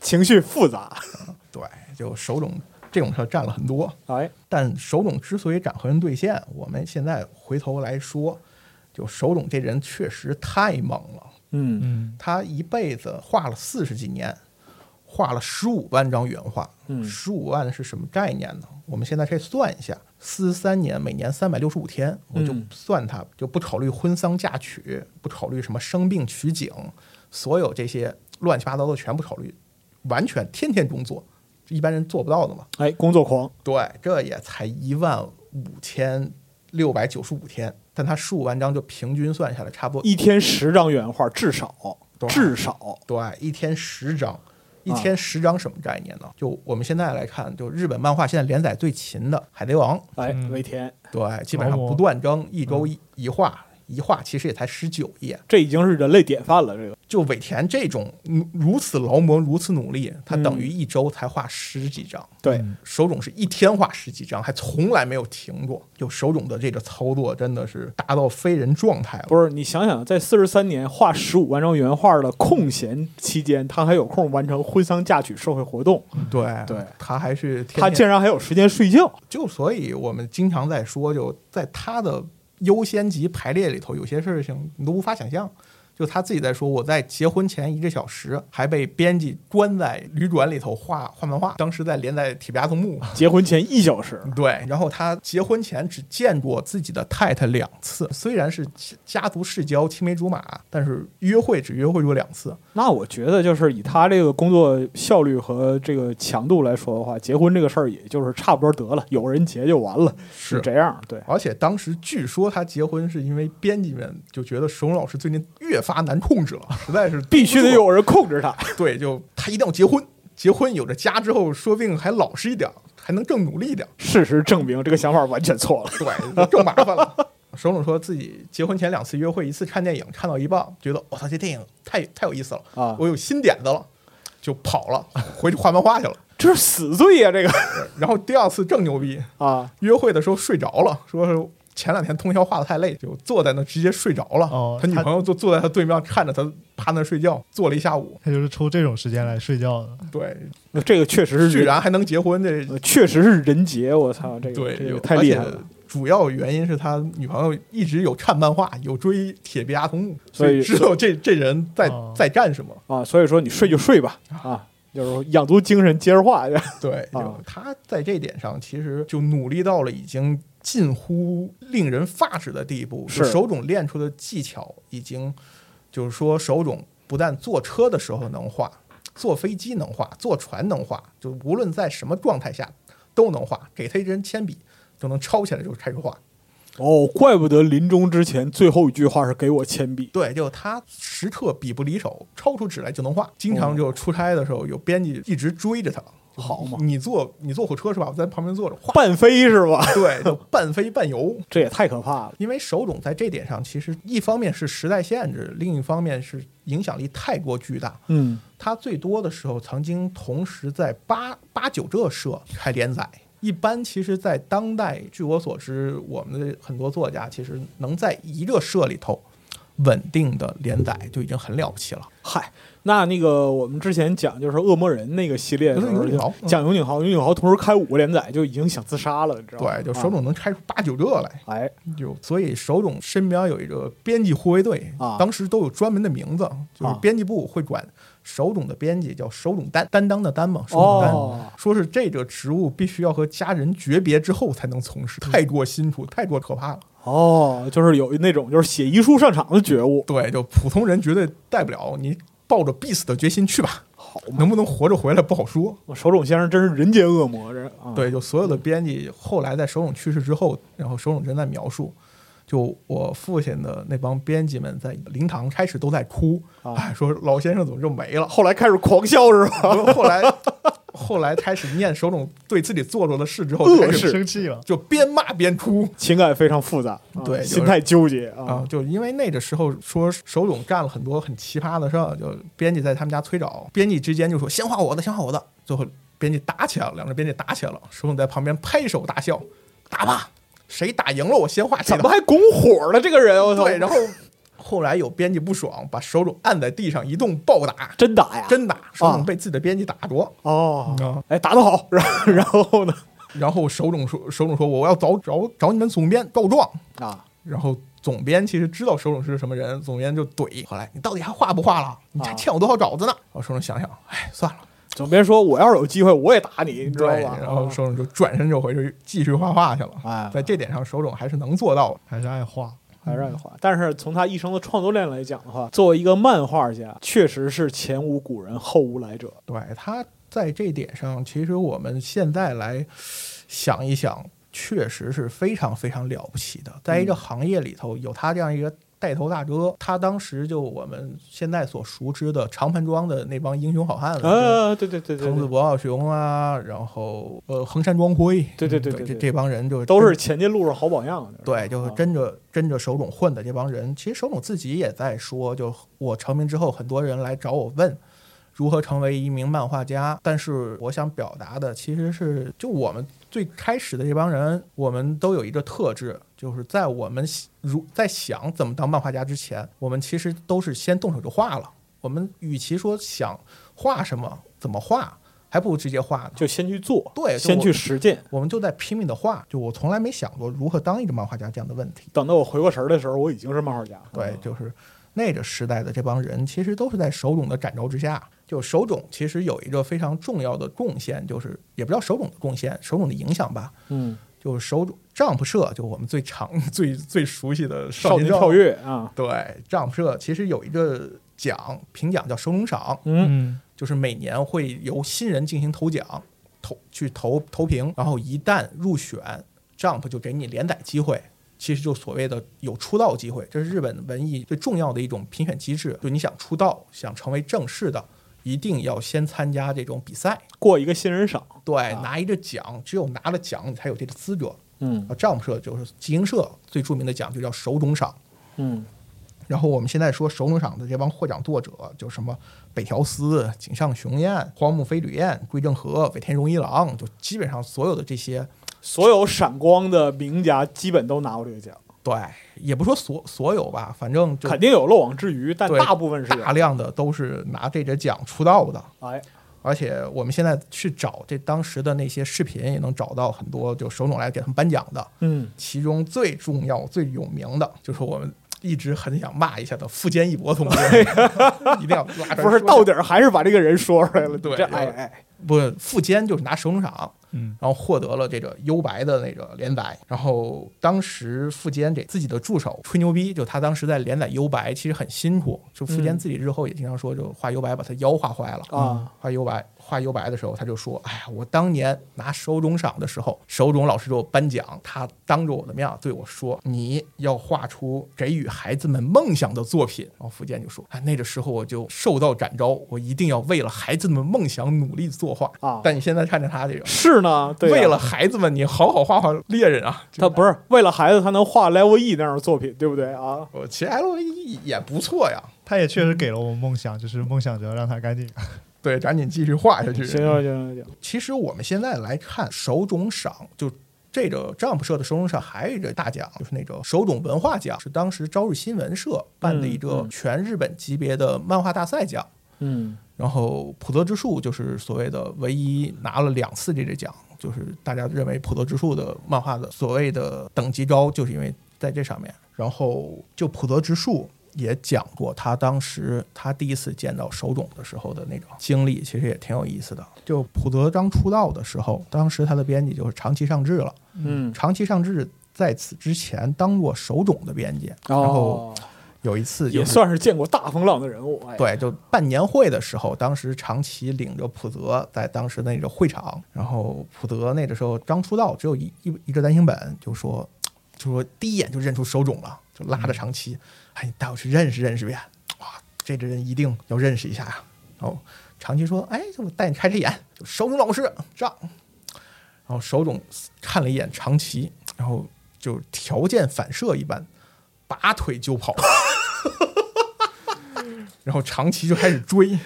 情绪复杂，”
对，就手冢这种事儿占了很多。
哎，
但手冢之所以敢和人对线，我们现在回头来说，就手冢这人确实太猛了。
嗯，
嗯，
他一辈子画了四十几年，画了十五万张原画。
嗯
十五万是什么概念呢？我们现在可以算一下，四十三年，每年三百六十五天，我就
嗯
算他，就不考虑婚丧嫁娶，不考虑什么生病取景，所有这些乱七八糟的全不考虑，完全天天工作，一般人做不到的嘛。
哎，工作狂，
对，这也才一万五千六百九十五天，但他十五万张就平均算下来差不多，
一天十张原画，至少
对
至少，
对，一天十张，一天十张什么概念呢？就我们现在来看，就日本漫画现在连载最勤的《海贼王》，
哎，
嗯
尾田，
对，基本上
毛毛
不断更，一周一一画，一画其实也才十九页，
这已经是人类典范了。这个
就尾田这种嗯如此劳模、如此努力，他等于一周才画十几张，
对，
嗯
手冢是一天画十几张，还从来没有停过。就手冢的这个操作真的是达到非人状态了。
不是你想想，在四十三年画十五万张原画的空闲期间，他还有空完成婚丧嫁娶社会活动，
对
对
他还是天
他
天
竟然还有时间睡觉。
就所以我们经常在说，就在他的优先级排列里头，有些事情你都无法想象。就他自己在说，我在结婚前一个小时还被编辑关在旅馆里头画画漫画，当时在连载《铁臂阿童木》。
结婚前一小时，
对，然后他结婚前只见过自己的太太两次，虽然是家族世交、青梅竹马，但是约会只约会过两次。
那我觉得就是以他这个工作效率和这个强度来说的话，结婚这个事儿也就是差不多得了，有人结就完了，
是
这样。对，
而且当时据说他结婚是因为编辑们就觉得石龙老师最近越发难控制了，实在是
必须得有人控制他。
对，就他一定要结婚，结婚有了家之后，说不定还老实一点儿，还能更努力一点儿，
事实证明，这个想法完全错了。
对，就更麻烦了。 手冢说自己结婚前两次约会，一次看电影，看到一半，觉得我操、这电影太太有意思了
啊
我有新点子了，就跑了，回去画漫画去了。
这是死罪呀、这个
然后第二次更牛逼，
啊，
约会的时候睡着了，说是前两天通宵画的太累，就坐在那直接睡着了。
哦
他女
他
朋友就坐在他对面看着他趴那睡觉，坐了一下午。
他就是抽这种时间来睡觉的。
对，
那这个确实是
居
人，
然还能结婚，这
呃确实是人杰。我操，这个
对，
这
有
个太厉害。
而且
了。
主要原因是他女朋友一直有看漫画，有追《铁臂阿童木》，
所
所
以
以知道这这人在
哦
在干什么。
啊！所以说你睡就睡吧啊，就是养足精神接着画去。
对，
哦
就他在这点上其实就努力到了已经近乎令人发指的地步，就是手冢练出的技巧已经，就是说手冢不但坐车的时候能画，坐飞机能画，坐船能画，就无论在什么状态下都能画，给他一支铅笔就能抄起来就开始画。
哦，怪不得临终之前最后一句话是给我铅笔。
对，就他时刻笔不离手，抽出纸来就能画。经常就出差的时候，有编辑一直追着他。
哦好嘛
你坐你坐火车是吧？我在旁 边坐着画。
半飞是吧？
对，就半飞半游。
这也太可怕了。
因为手冢在这点上，其实一方面是时代限制，另一方面是影响力太过巨大。
嗯，
他最多的时候曾经同时在八八九这社开连载。一般其实，在当代，据我所知，我们的很多作家其实能在一个社里头稳定的连载，就已经很了不起了。
嗨，那那个我们之前讲就是恶魔人那个系列的时候，
就是永井豪
就讲永井豪，永井豪同时开五个连载就已经想自杀了，你知道吗？
对，就手
啊
冢能开出八九个来，
哎，
就所以手冢身边有一个编辑护卫队
啊
当时都有专门的名字，就是
啊
编辑部会管手冢的编辑叫手冢担担当的担嘛，手冢担。
哦
说是这个职务必须要和家人诀别之后才能从事，太过辛苦，太过可怕了。
哦，就是有那种就是写医书上场的觉悟，
对，就普通人绝对带不了，你抱着必死的决心去吧。好，能不能活着回来不好说。
手冢先生真是人间恶魔，这啊，
对，就所有的编辑后来在手冢去世之后，然后手冢真在描述，就我父亲的那帮编辑们在灵堂开始都在哭，
啊
哎，说老先生怎么就没了？
后来开始狂笑是吧？
后来后来开始念手冢对自己做过的事之后，
恶
开
是
始
生气了，
就边骂边哭。
情感非常复杂，啊
对就是
心态纠结
啊
啊，，
就因为那个时候说手冢干了很多很奇葩的事儿，就编辑在他们家催找，编辑之间就说先画我的，先画我的，最后编辑打起来了，两个编辑打起来了，手冢在旁边拍手大笑，打吧，谁打赢了我先画谁
怎么
的。
还拱火了？这个人，我操！
对，然后后来有编辑不爽，把手冢按在地上一顿暴打，
真打呀，
真打，手
啊
冢被自己的编辑打着，
哦
啊，
哎，打得好，然后然后呢？
然后手冢说手冢说我要找找找你们总编告状，
啊，
然后总编其实知道手冢是什么人，总编就怼后来，你到底还画不画了？你
啊
还欠我多少稿子呢？然后手冢想想，哎，算了，
总编说我要是有机会我也打你，你知道
对，
吧？
然后手冢就转身就回去继续画画去了。
哎
在这点上，手冢还是能做到的。
还是爱画。
还是爱画，但是从他一生的创作量来讲的话，作为一个漫画家，确实是前无古人后无来者。
对他在这点上，其实我们现在来想
嗯
一想，确实是非常非常了不起的。在一个行业里头，有他这样一个带头大哥，他当时就我们现在所熟知的长盘庄的那帮英雄好汉了。就是
啊，对对对对
藤子
对，
不二雄啊，然后呃横山庄辉，
对对对
对
对
这
对
这帮人就是
都是
真
前进路上好榜样。
对，就是
啊
跟着跟着手冢混的这帮人。其实手冢自己也在说，就我成名之后，很多人来找我问如何成为一名漫画家，但是我想表达的其实是，就我们最开始的这帮人，我们都有一个特质，就是在我们喜如在想怎么当漫画家之前，我们其实都是先动手就画了。我们与其说想画什么，怎么画，还不如直接画呢。
就先去做，
对就
先
我
去实践。
我们就在拼命的画，就我从来没想过如何当一个漫画家这样的问题。
等到我回过神儿的时候，我已经是漫画家了。
对
啊，
就是那个时代的这帮人，其实都是在手冢的感召之下。就手冢其实有一个非常重要的贡献，就是也不叫手冢的贡献，手冢的影响吧。
嗯，
就是手冢 Jump 社，就我们最常 最最熟悉的
少
年
年
少
跳。跃啊，
对，Jump 社其实有一个奖评奖叫手冢赏，
嗯，
嗯，
就是每年会由新人进行投奖，投去投投屏，然后一旦入选，Jump 就给你连载机会。其实就所谓的有出道机会，这是日本文艺最重要的一种评选机制。就你想出道，想成为正式的，一定要先参加这种比赛，
过一个新人赏，
对，拿一个奖，只有拿了奖，你才有这个资格。
嗯
啊，Jump 社就是集英社最著名的奖，就叫手冢赏。
嗯，
然后我们现在说手冢赏的这帮获奖作者，就什么北条司、井上雄彦、荒木飞吕彦、龟正和、尾田荣一郎，就基本上所有的这些，
所有闪光的名家基本都拿过这个奖，
对，也不说所所有吧，反正就
肯定有漏网之鱼，但
对
大部分是有
大。量的都是拿这个奖出道的。
哎，
而且我们现在去找这当时的那些视频，也能找到很多就手冢来给他们颁奖的。
嗯，
其中最重要、最有名的就是我们一直很想骂一下的富坚义博同 学，一定要拉出来
不是
说
到底儿还是把这个人说出来了，
对
这哎哎，
不是富坚就是拿手冢赏，
嗯，
然后获得了这个优白的那个连载。然后当时富坚给自己的助手吹牛逼，就他当时在连载优白，其实很辛苦。就富坚
嗯
自己日后也经常说，就画优白把他腰画坏了
啊。
画优白画优白的时候，他就说：“哎呀，我当年拿手冢赏的时候，手冢老师给我颁奖，他当着我的面对我说，你要画出给予孩子们梦想的作品。”然后福建就说：“哎，那个时候我就受到感召，我一定要为了孩子们梦想努力作画。”
啊
但你现在看着他这个，
是呢，对呀
为了孩子们，你好好画画猎人啊！
他不是为了孩子，他能画 Level E 那样的作品，对不对啊？
我其实 LV 也不错呀。
他也确实给了我们梦想，就是梦想着让他赶紧
对，赶紧继续画下去。
行行行行行，
其实我们现在来看手冢赏，就这个 Jump 社的手冢赏还有一个大奖，就是那个手冢文化奖，是当时朝日新闻社办的一
嗯
个
嗯
全日本级别的漫画大赛奖。
嗯
然后普泽之树就是所谓的唯一拿了两次这个奖，就是大家认为普泽之树的漫画的所谓的等级高，就是因为在这上面。然后就普泽之树也讲过，他当时他第一次见到手冢的时候的那种经历，其实也挺有意思的。就普泽刚出道的时候，当时他的编辑就是长崎尚志了，
嗯，
长崎尚志。在此之前，当过手冢的编辑，然后
哦，
有一次就
也
是
算是见过大风浪的人物，哎，
对，就办年会的时候，当时长崎领着普泽在当时的那个会场，然后普泽那个时候刚出道，只有一一一个单行本，就说就说第一眼就认出手冢了，就拉着长崎，哎，你带我去认识认识遍，哇，这个人一定要认识一下啊哦呀。然后长崎说，哎，我带你开开眼，就手冢老师这样。然后手冢看了一眼长崎，然后就条件反射一般，拔腿 就跑。然后长崎就开始追，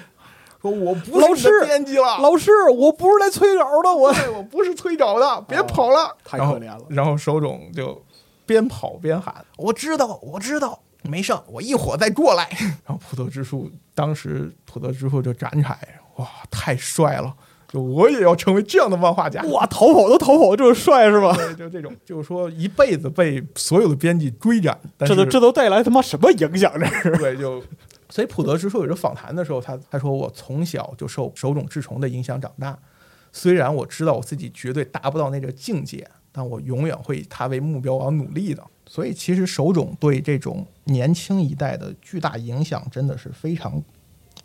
说我不
老
是你
师
的编辑了，
老师，我不是来催稿的，我
对我不是催稿的，别跑了，
太
然后
可怜了
然后手冢就边跑边喊：“我知道，我知道，没事儿，我一会儿再过来。” 然后普泽之树当时普泽之树就感慨：“哇，太帅了！就我也要成为这样的漫画家。”
哇，逃跑都逃跑这么帅是吧？
对，就这种，就是说一辈子被所有的编辑追赶，但
这
是
都这都带来他妈什么影响？这是
对，就 所以普泽之树有时候访谈的时候，他他说我从小就受手冢治虫的影响长大，虽然我知道我自己绝对达不到那个境界，但我永远会以他为目标而努力的。所以其实手冢对这种年轻一代的巨大影响真的是非常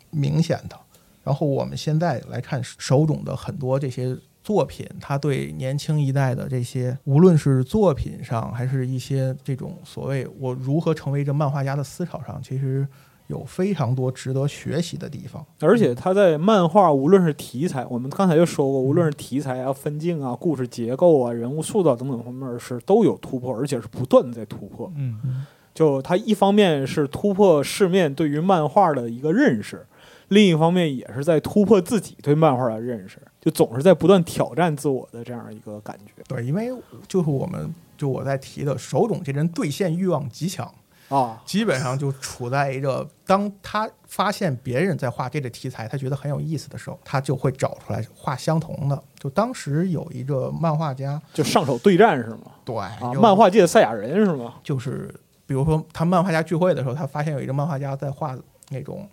明显的。然后我们现在来看手冢的很多这些作品，它对年轻一代的这些，无论是作品上，还是一些这种所谓我如何成为一个漫画家的思潮上，其实有非常多值得学习的地方。
而且他在漫画，无论是题材，我们刚才就说过，无论是题材啊、分镜啊、故事结构啊、人物塑造等等方面是都有突破，而且是不断的在突破。
嗯，
就它一方面是突破市面对于漫画的一个认识，另一方面也是在突破自己对漫画的认识，就总是在不断挑战自我的这样一个感觉
对，因为就是我们就我在提的手冢这人兑现欲望极强，
啊。
基本上就处在一个当他发现别人在画这类题材，他觉得很有意思的时候，他就会找出来画相同的。就当时有一个漫画家，
就上手对战是吗？
对，
啊，
就
漫画界的赛亚人是吗？
就是比如说他漫画家聚会的时候，他发现有一个漫画家在画那种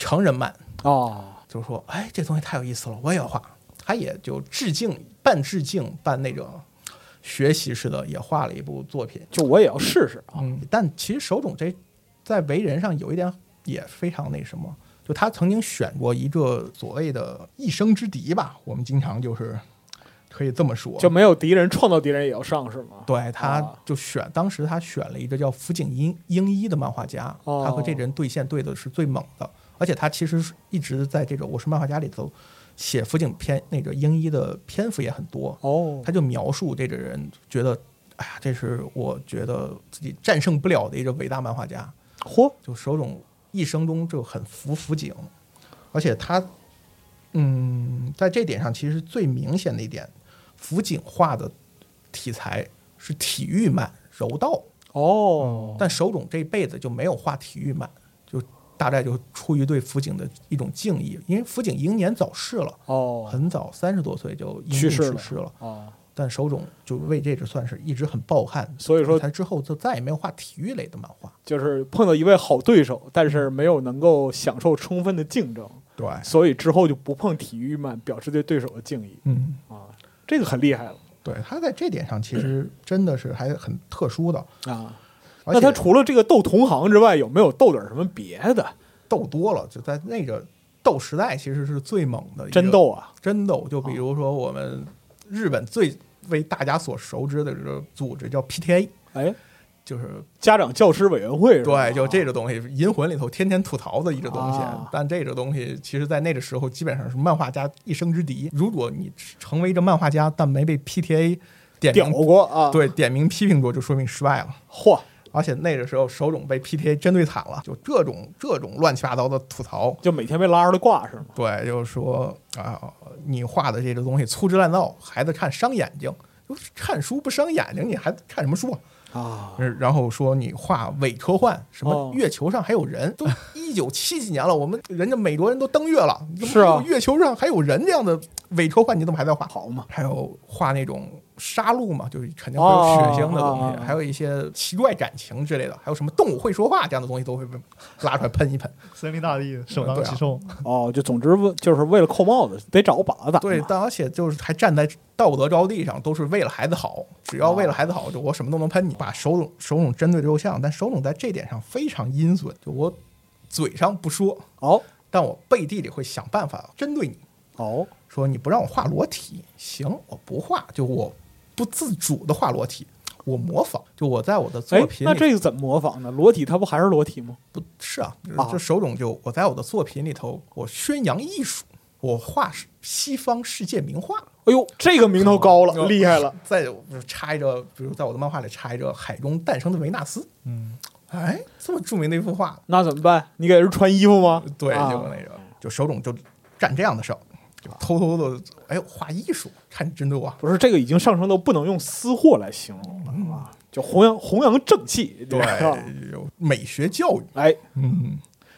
成人漫，
啊，
就说：“哎，这东西太有意思了，我也要画。”他也就致敬，半致敬，半那种学习似的，也画了一部作品。
就我也要试试啊。
嗯，但其实手冢这在为人上有一点也非常那什么，就他曾经选过一个所谓的一生之敌吧，我们经常就是可以这么说，
就没有敌人，创造敌人也要上是吗？
对，他
啊
就选当时他选了一个叫福井英英一的漫画家，
哦
他和这人对线对的是最猛的，而且他其实是一直在这种我是漫画家里头写福井篇那个英一的篇幅也很多，
哦
他就描述这个人觉得，哎呀，这是我觉得自己战胜不了的一个伟大漫画家。
嚯，
就手冢一生中就很服福井，而且他，嗯，在这点上其实最明显的一点，福井画的题材是体育漫、柔道，
哦，
但手冢这辈子就没有画体育漫，就大概就出于对福井的一种敬意，因为福井英年早逝了，
哦，
很早三十多岁就因病
去
去
世了
世了。
哦，
但手冢就为这个算是一直很抱憾，
所以说
他之后就再也没有画体育类的漫画。
就是碰到一位好对手，但是没有能够享受充分的竞争，
对，
所以之后就不碰体育漫，表示对对手的敬意
嗯，
啊，这个很厉害了
对，他在这点上
嗯
其实真的是还很特殊的。
啊。
而
那他
且
除了这个斗同行之外，有没有斗点什么别的
斗多了，就在那个斗时代其实是最猛的一个
真，斗啊？
真斗。就比如说我们日本最为大家所熟知的这个组织叫 PTA，
哎，
就是
家长教师委员会是吧
对，就这个东西，《银魂》里头天天吐槽的一个东西
啊，
但这个东西其实，在那个时候基本上是漫画家一生之敌。如果你成为一个漫画家，但没被 PTA 点
屌
名，
过啊？，
对点名批评过，就说明失败了。
嚯，
而且那个时候手冢被 PTA 针对惨了，就这种这种乱七八糟的吐槽，
就每天被拉出来挂是吗？
对，就是说啊，你画的这个东西粗制滥造，孩子看伤眼睛，就是看书不伤眼睛，你还看什么书啊？
啊，
然后说你画伪科幻，什
哦
么月球上还有人，都一九七几年了，我们人家美国人都登月了，你怎 么
是啊
还有月球上还有人这样的伪科幻，你怎么还在画？
好嘛，
还有画那种杀戮嘛，就是肯定会有血腥的东
哦
西，
哦哦
还有一些奇怪感情之类的，还有什么动物会说话这样的东西都会被拉出来喷一喷。
森林大地首当
对啊
其冲，
哦，就总之为就是为了扣帽子，得找个靶子打嘛。
对，但而且就是还站在道德高地上，都是为了孩子好，只要
哦
为了孩子好，就我什么都能喷你。把手冢手冢针对之后像，但手冢在这点上非常阴损，就我嘴上不说，
哦
但我背地里会想办法针对你，
哦，
说你不让我画裸体，行，我不画，就我不自主的画裸体，我模仿，就我在我的
哎
作，品里，
那这个怎么模仿呢？裸体它不还是裸体吗？
不是啊，就是
啊
这手冢就我在我的作品里头，我宣扬艺术，我画西方世界名画。
哎呦，这个名头高了，
哦
厉害 了！
再有就是插一个，比如在我的漫画里插一个海中诞生的维纳斯，
嗯，
哎，这么著名的一幅画，
那怎么办？你给人穿衣服吗？
对，
啊
就那个，就手冢就干这样的事儿，就偷偷的，哎呦，画艺术，看你针对我啊，
不是这个已经上升到不能用私货来形容了，是吧？就弘扬弘扬正气，
嗯对
是吧，
有哎美学教育，
哎，
嗯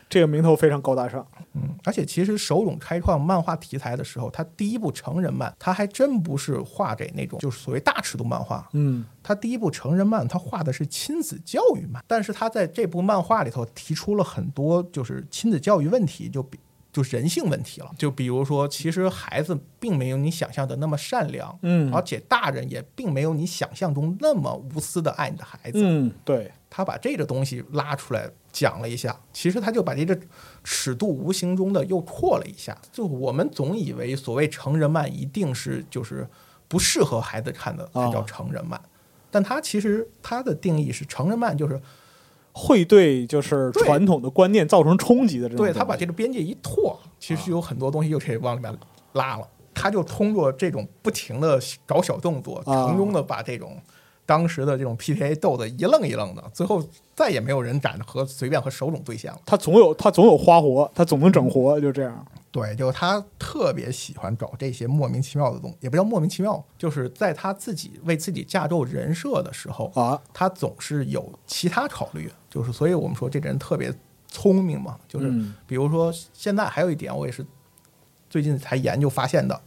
这个名头非常高大上。
嗯，而且其实手冢开创漫画题材的时候，他第一部成人漫，他还真不是画给那种就是所谓大尺度漫画，
嗯，
他第一部成人漫，他画的是亲子教育漫，但是他在这部漫画里头提出了很多就是亲子教育问题，就比就是人性问题了。就比如说，其实孩子并没有你想象的那么善良，
嗯
而且大人也并没有你想象中那么无私的爱你的孩子。
嗯，对，
他把这个东西拉出来讲了一下，其实他就把这个尺度无形中的又扩了一下。就我们总以为所谓成人漫一定是就是不适合孩子看的才叫
哦
成人漫，但他其实他的定义是成人漫就是
会对就是
对
传统的观念造成冲击的这种东
对
西。
他把这个边界一拓，其
啊
实有很多东西又可以往里面拉了。他就通过这种不停的搞小动作，
啊
成功的把这种当时的这种 PTA 逗得一愣一愣的，最后再也没有人敢和随便和手冢对线了。
他总有他总有花活，他总能整活，就这样。
对，就他特别喜欢搞这些莫名其妙的东西，也不叫莫名其妙，就是在他自己为自己架构人设的时候
啊，
他总是有其他考虑，就是所以我们说这个人特别聪明嘛，就是
嗯
比如说现在还有一点，我也是最近才研究发现的，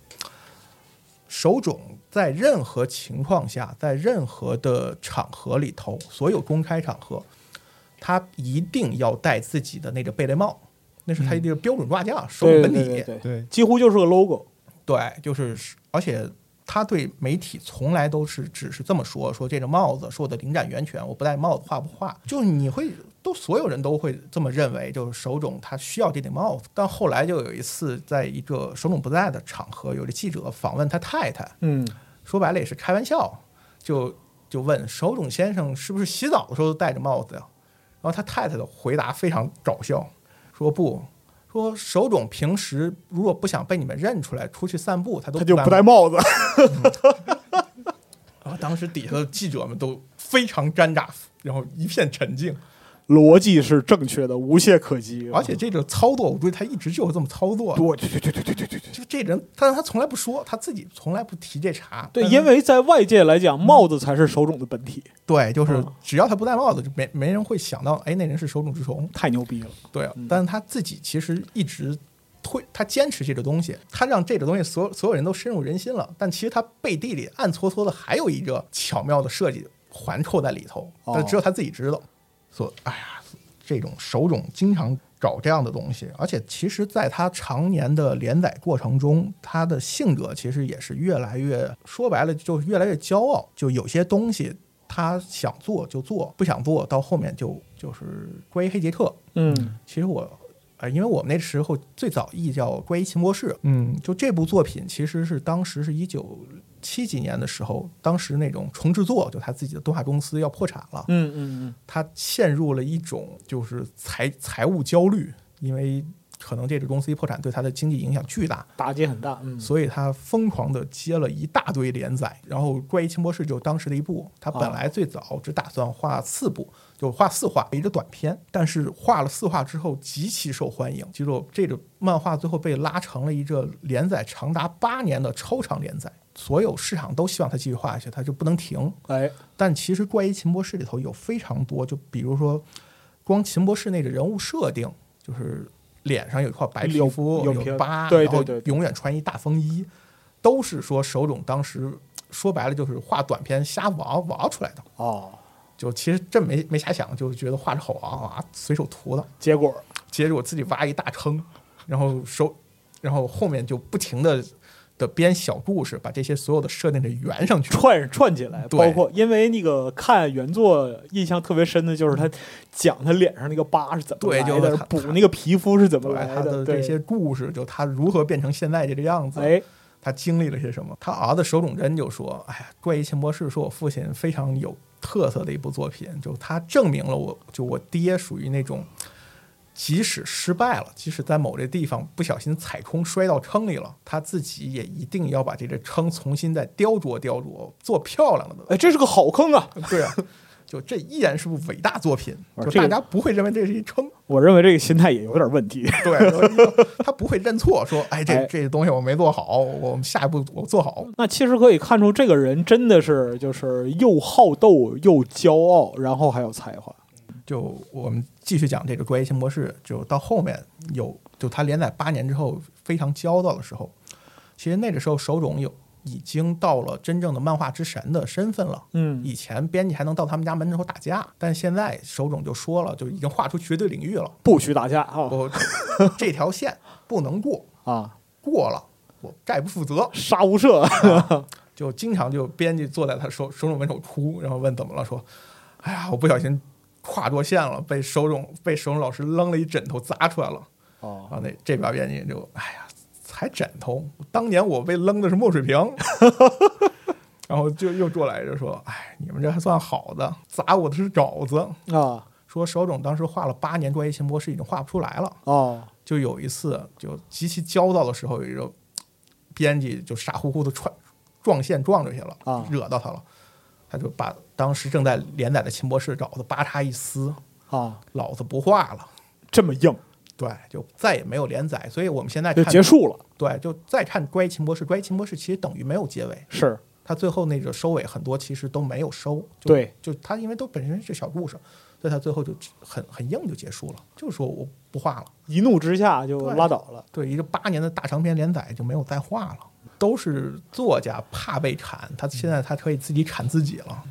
手冢在任何情况下，在任何的场合里头，所有公开场合，他一定要戴自己的那个贝雷帽，那是他一个标准挂架，手
嗯
冢
对
本
对
体。
对对对，
对，
几乎就是个 logo。
对，就是，而且他对媒体从来都是只是这么说，说这个帽子是我的灵感源泉，我不戴帽子画不画？就是你会都所有人都会这么认为，就是手冢他需要这顶帽子。但后来就有一次，在一个手冢不在的场合，有个记者访问他太太，
嗯，
说白了也是开玩笑，就就问手冢先生是不是洗澡的时候都戴着帽子呀、然后他太太的回答非常搞笑，说不，说手冢平时如果不想被你们认出来，出去散步他都
他就
不
不戴帽子。
然后当时底下的记者们都非常尴尬，然后一片沉静。
逻辑是正确的，无懈可击。
而且这个操作，我估计他一直就是这么操作的。
我，对对对对对对对对。
就这人，但是他从来不说，他自己从来不提这茬。
对，
但是
因为在外界来讲，帽子才是手冢的本体，
对，就是
嗯
只要他不戴帽子，就没没人会想到，哎，那人是手冢治虫。
太牛逼了。
对，啊但是他自己其实一直推，他坚持这个东西，他让这个东西所有所有人都深入人心了。但其实他背地里暗搓搓的还有一个巧妙的设计环扣在里头，
哦
但只有他自己知道。所以，哎呀，这种手冢经常搞这样的东西，而且其实在他常年的连载过程中，他的性格其实也是越来越说白了就是越来越骄傲，就有些东西。他想做就做，不想做到后面就就是关于黑杰克，
嗯
其实我，呃，因为我们那时候最早译叫《关于秦博士》，嗯，就这部作品其实是当时是一九七几年的时候，当时那种重制作，就他自己的动画公司要破产了，
嗯嗯
他陷入了一种就是财财务焦虑，因为可能这个公司一破产对他的经济影响巨大
嗯，，打击很大。嗯，
所以他疯狂的接了一大堆连载，然后《怪异秦博士》就当时的一部，他本来最早只打算画四部，就画四画一个短篇，但是画了四画之后极其受欢迎，结果这个漫画最后被拉成了一个连载长达八年的超长连载，所有市场都希望他继续画下去，他就不能停。
哎，
但其实《怪医秦博士》里头有非常多，就比如说，光秦博士那个人物设定，就是脸上有一块白皮肤，
有
有
有皮
疤，
对对
然后
对对
永远穿一大风衣，都是说手冢当时说白了就是画短片瞎玩玩出来的。
哦，
就其实真没没瞎想，就是觉得画着好玩啊，随手涂的。
结果
接着我自己挖一大坑，然后手，然后后面就不停的的编小故事，把这些所有的设定给圆上去。
串串起来，
对
包括因为那个看原作印象特别深的就是他讲他脸上那个疤是怎么
对
来
就是
的，
他
补那个皮肤是怎么
对
来
他的
对
这些故事，就他如何变成现在这个样子，
哎，
他经历了些什么。他儿子手冢真就说：“哎呀，《怪医秦博士》是我父亲非常有特色的一部作品，就他证明了我，就我爹属于那种，即使失败了，即使在某个地方不小心踩空摔到坑里了，他自己也一定要把这个坑重新再雕琢雕琢，做漂亮了
哎，
的。
这是个好坑啊！
对啊，就这依然是部伟大作品，
啊
就
这
大
个
家不会认为这是一坑。”
我认为这个心态也有点问题。
对，就是一个他不会认错，说哎这
哎
这东西我没做好，我们下一步我做好。
那其实可以看出，这个人真的是就是又好斗又骄傲，然后还有才华。
就我们继续讲这个《怪异新博士》，就到后面有就他连载八年之后非常焦躁的时候，其实那个时候手冢有已经到了真正的漫画之神的身份了。
嗯
以前编辑还能到他们家门口打架，但现在手冢就说了，就已经划出绝对领域了，
不许打架啊
我 这条线不能过，
啊！
过了我概不负责。
杀无赦，
就经常就编辑坐在他手手冢门口哭，然后问怎么了，说，哎呀，我不小心跨过线了，被手冢被手冢老师扔了一枕头砸出来了。啊
哦，
然后那这边编辑就，哎呀，才枕头，当年我被扔的是墨水瓶。然后就又过来就说，哎，你们这还算好的，砸我的是爪子。
啊
说手冢当时画了八年专业新博士，已经画不出来了。
哦
就有一次就极其焦躁的时候，有一个编辑就傻乎乎的撞撞线撞出去了，
啊
惹到他了，他就把当时正在连载的秦博士找的八叉一撕，
啊，
老子不画了。
这么硬
对，就再也没有连载，所以我们现在
就
看
结束了，
对，就再看《乖秦博士》，《乖秦博士》其实等于没有结尾，
是
它最后那个收尾很多其实都没有收，就
对，
就它因为都本身是小故事，所以它最后就很很硬就结束了，就说我不画了。
一怒之下就
对
拉倒了，
对，一个八年的大长篇连载就没有再画了，都是作家怕被砍，他现在他可以自己砍自己了。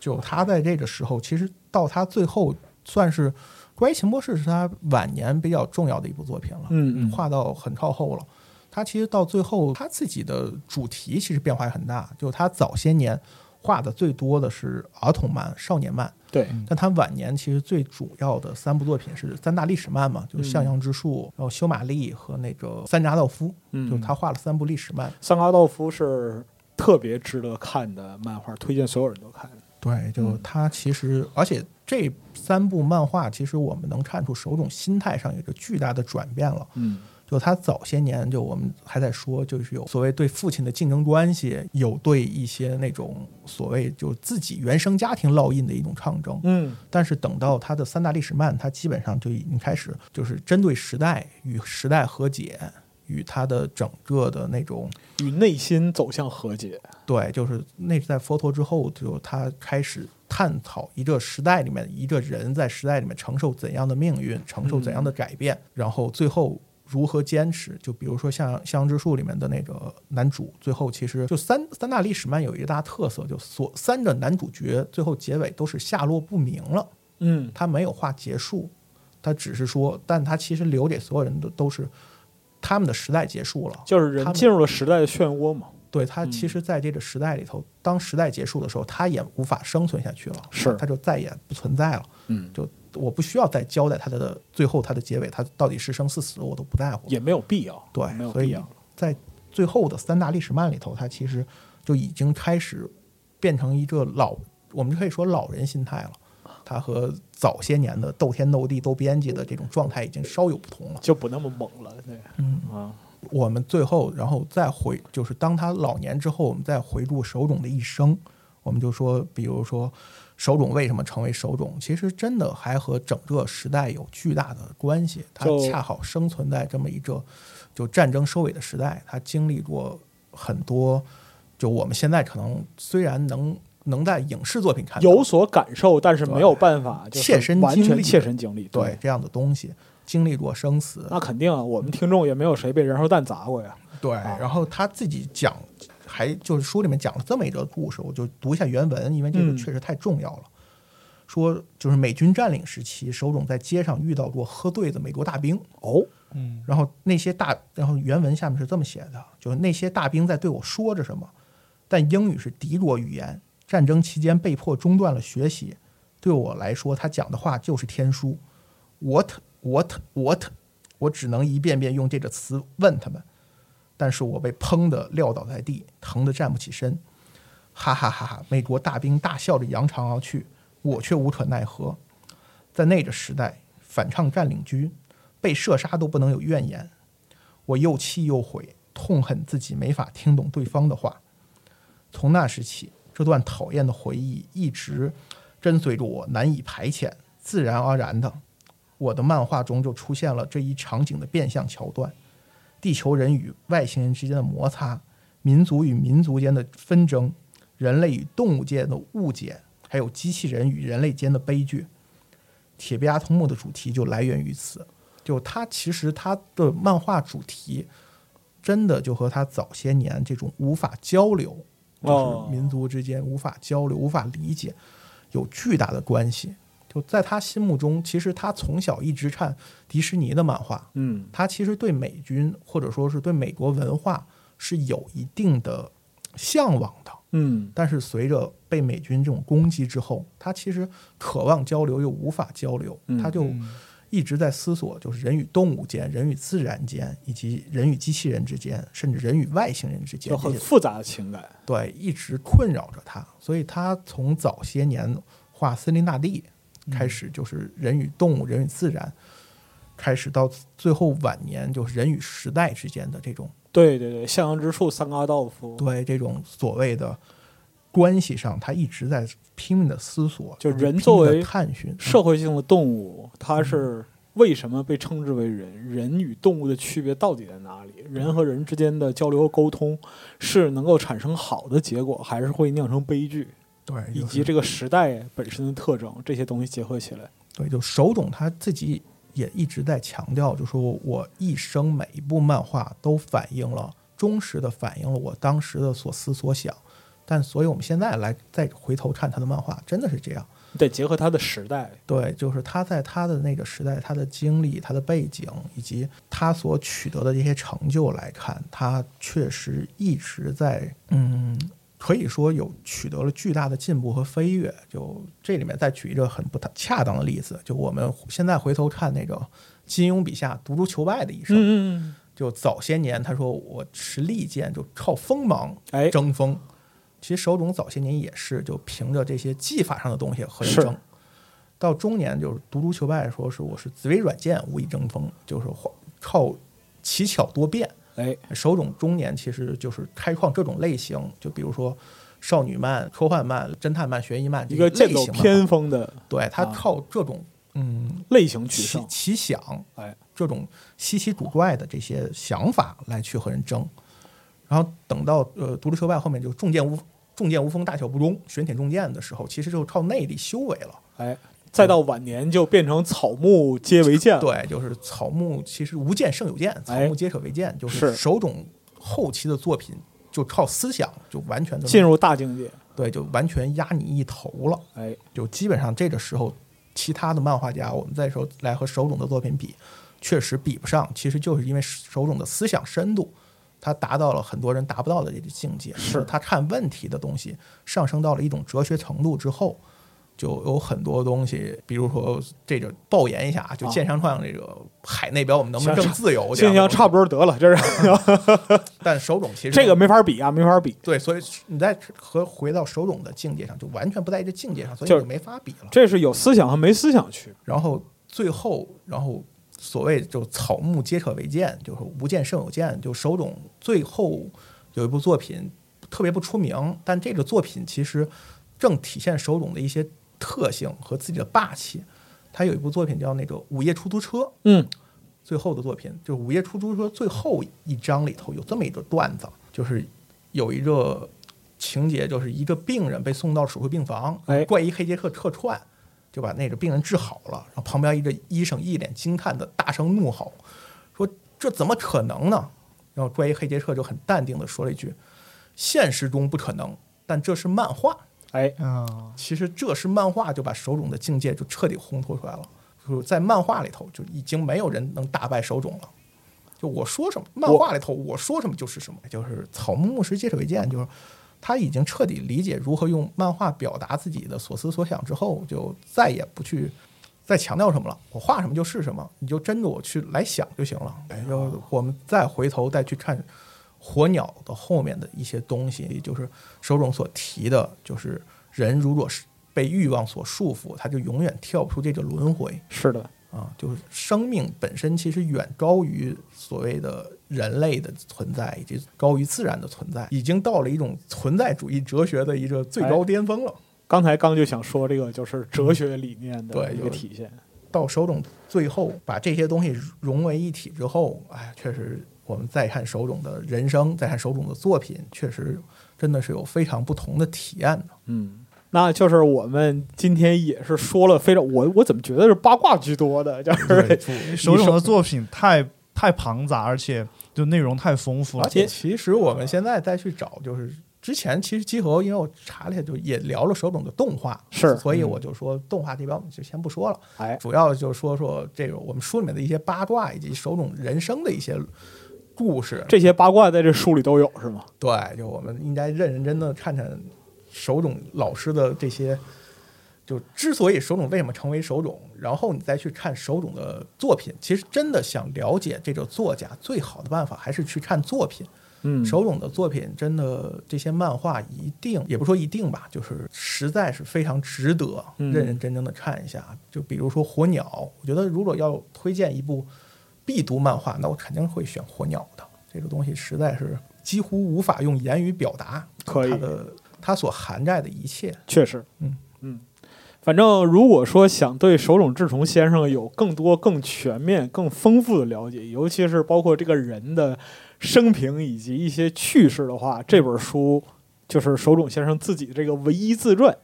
就他在这个时候，其实到他最后算是《关于秦博士》是他晚年比较重要的一部作品了，
嗯嗯
画到很靠后了。他其实到最后，他自己的主题其实变化也很大，就他早些年画的最多的是儿童漫、少年漫，
对，
但他晚年其实最主要的三部作品是三大历史
嗯
漫嘛，就是《向阳之树》然后《修玛丽》和那个《三扎道夫》，
嗯
就他画了三部历史漫。
三嘎道夫是特别值得看的漫画，推荐所有人都看。
对，
嗯
就他其实，而且这三部漫画，其实我们能看出手冢心态上有一个巨大的转变了。
嗯
就他早些年，就我们还在说，就是有所谓对父亲的竞争关系，有对一些那种所谓就自己原生家庭烙印的一种抗争。
嗯
但是等到他的三大历史漫，他基本上就已经开始就是针对时代与时代和解，与他的整个的那种
与内心走向和解。
对，就是那是在佛陀之后，就他开始探讨一个时代里面一个人在时代里面承受怎样的命运，承受怎样的改变，然后最后。如何坚持？就比如说像《向阳之树》里面的那个男主，最后其实就三三大历史漫有一个大特色，就所三个男主角最后结尾都是下落不明了。
嗯
他没有画结束，他只是说，但他其实留给所有人的都是他们的时代结束了，
就是嗯
他
人
们
进入了时代的漩涡嘛。
对他其实在这个时代里头，当时代结束的时候，他也无法生存下去了，
是
他就再也不存在了，
嗯，
就我不需要再交代他的最后他的结尾，他到底是生是死我都不在乎，
也没有必要，没
对，
有
所
必
以
要。
在最后的三大历史漫里头，他其实就已经开始变成一个老，我们可以说老人心态了。他和早些年的斗天斗地斗编辑的这种状态已经稍有不同了。
就不那么猛了，对，
嗯
啊，
我们最后，然后再回，就是当他老年之后，我们再回顾手冢的一生，我们就说，比如说手冢为什么成为手冢，其实真的还和整个时代有巨大的关系。他
就
恰好生存在这么一个就战争收尾的时代，他经历过很多，就我们现在可能虽然能能在影视作品看到
有所感受，但是没有办法，就是
切身
完
经
全
历
切身经历，
对，这样的东西，经历过生死，
那肯定啊，我们听众也没有谁被燃烧弹砸过呀，
对，
啊
然后他自己讲，还就是书里面讲了这么一个故事，我就读一下原文，因为这个
嗯
确实太重要了。说就是美军占领时期，手冢在街上遇到过喝醉的美国大兵，
哦，
嗯
然后那些大，然后原文下面是这么写的，就是那些大兵在对我说着什么，但英语是敌国语言，战争期间被迫中断了学习，对我来说，他讲的话就是天书。What what what，我只能一遍遍用这个词问他们，但是我被砰的撂倒在地，疼得站不起身。哈哈哈哈！美国大兵大笑着扬长而去，我却无可奈何。在那个时代，反抗占领军，被射杀都不能有怨言。我又气又悔，痛恨自己没法听懂对方的话。从那时起，这段讨厌的回忆一直跟随着我，难以排遣。自然而然的，我的漫画中就出现了这一场景的变相桥段：地球人与外星人之间的摩擦，民族与民族间的纷争，人类与动物界的误解，还有机器人与人类间的悲剧。铁臂阿童木的主题就来源于此。就它其实它的漫画主题真的就和他早些年这种无法交流，就
哦
是民族之间无法交流、无法理解，有巨大的关系。就在他心目中，其实他从小一直看迪士尼的漫画，
嗯
他其实对美军或者说是对美国文化是有一定的向往的。
嗯
但是随着被美军这种攻击之后，他其实渴望交流又无法交流，
嗯
他就一直在思索，就是人与动物间、人与自然间，以及人与机器人之间，甚至人与外星人之间
就
这
很
些，
复杂的情感。
对，一直困扰着他。所以他从早些年画《森林大地》
嗯
开始，就是人与动物、人与自然。开始到最后晚年，就是人与时代之间的这种
对对对，向阳之处三个阿道夫，
对这种所谓的关系上，他一直在拼命的思索，
就
就是
人
拼
作
命地
为
探寻嗯
社会性的动物，它是为什么被称之为人？人与动物的区别到底在哪里？人和人之间的交流和沟通是能够产生好的结果，还是会酿成悲剧？
对，
以
就
及
是
这个时代本身的特征，这些东西结合起来。
对，就手冢他自己也一直在强调，就说我一生每一部漫画都反映了忠实的反映了我当时的所思所想，但所以我们现在来再回头看他的漫画，真的是这样。
得结合它的时代，
对，就是他在他的那个时代，他的经历、他的背景以及他所取得的这些成就来看，他确实一直在，嗯，可以说有取得了巨大的进步和飞跃。就这里面再举一个很不太恰当的例子，就我们现在回头看那个金庸笔下独孤求败的一生，
嗯嗯，
就早些年他说我持利剑就靠锋芒
哎，
争锋。其实手冢早些年也是就凭着这些技法上的东西和人
是
争，到中年就是独孤求败，说是我是紫薇软剑无以争锋，就是花靠奇巧多变。
哎，
手冢中年其实就是开创各种类型，就比如说少女漫、科幻漫、侦探漫、悬疑漫这
一个
类
剑走
型漫
偏锋的
对他
啊
靠这种嗯
类型取
奇
胜，
奇想，
哎，
这种稀奇古怪的这些想法来去和人争。然后等到呃独立修败后面就重剑无重剑无锋大小不中玄铁重剑的时候，其实就靠内力修为了。
哎，再到晚年就变成草木皆为剑了，
对，就是草木其实无剑胜有剑，草
哎
木皆可为剑，就是是手冢后期的作品就靠思想就完全的
进入大境界，
对，就完全压你一头了。
哎，
就基本上这个时候，其他的漫画家，我们再说来和手冢的作品比，确实比不上。其实就是因为手冢的思想深度，他达到了很多人达不到的这个境界。
是
他看问题的东西上升到了一种哲学程度之后，就有很多东西，比如说这个爆言一下，就
啊
剑上创这个海内表，我们能不能
行
更自由？
行行，差不
多。
多得了，这是
但手冢其实
这个没法比啊，没法比。
对，所以你在和回到手冢的境界上，就完全不在一个境界上，所以
就
你
是
就没法比了。
这是有思想和没思想区别，
然后最后，然后所谓就草木皆可为剑，就是无剑胜有剑。就手冢最后有一部作品特别不出名，但这个作品其实正体现手冢的一些特性和自己的霸气。他有一部作品叫那个《午夜出租车》，
嗯，
最后的作品，就是《午夜出租车》最后一章里头有这么一个段子，就是有一个情节，就是一个病人被送到手术病房，
哎
怪医黑杰克客串，就把那个病人治好了，然后旁边一个医生一脸惊叹的大声怒吼，说这怎么可能呢？然后怪医黑杰克就很淡定的说了一句：“现实中不可能，但这是漫画。”
哎，
啊，
其实这是漫画就把手冢的境界就彻底烘托出来了，就是在漫画里头就已经没有人能打败手冢了。就我说什么，漫画里头我说什么就是什么，就是草木牧师接手为剑，就是他已经彻底理解如何用漫画表达自己的所思所想之后，就再也不去再强调什么了，我画什么就是什么，你就跟着我去来想就行了。然后我们再回头再去看火鸟的后面的一些东西，就是手冢所提的，就是人如果是被欲望所束缚，他就永远跳不出这个轮回
是的，
啊！就是生命本身其实远高于所谓的人类的存在，以及高于自然的存在，已经到了一种存在主义哲学的一个最高巅峰了。
刚才刚就想说这个就是哲学理念的
对
一个
有
体现，
到手冢最后把这些东西融为一体之后，哎，确实我们再看手冢的人生，再看手冢的作品，确实真的是有非常不同的体验的。
嗯。那就是我们今天也是说了非常我我怎么觉 得是八卦居多的，就是
对，
手冢的作品太太庞杂，而且就内容太丰富了
而。
哎
且其实我们现在再去找，就是之前其实集合，因为我查了一下，就也聊了手冢的动画，
是
所以我就说动画这边我们就先不说了，
哎，
主要就说说这个我们书里面的一些八卦以及手冢人生的一些故事。
这些八卦在这书里都有是吗？
对，就我们应该认认真的看看手冢老师的这些，就之所以手冢为什么成为手冢，然后你再去看手冢的作品，其实真的想了解这个作家，最好的办法还是去看作品。
嗯，
手冢的作品真的这些漫画一定也不说一定吧，就是实在是非常值得
嗯
认认真真的看一下。就比如说《火鸟》，我觉得如果要推荐一部必读漫画，那我肯定会选《火鸟》的。这个东西实在是几乎无法用言语表达，
可以
它的它所涵盖的一切。
确实，
嗯
嗯，反正如果说想对手冢治虫先生有更多、更全面、更丰富的了解，尤其是包括这个人的生平以及一些趣事的话，这本书就是手冢先生自己的这个唯一自传，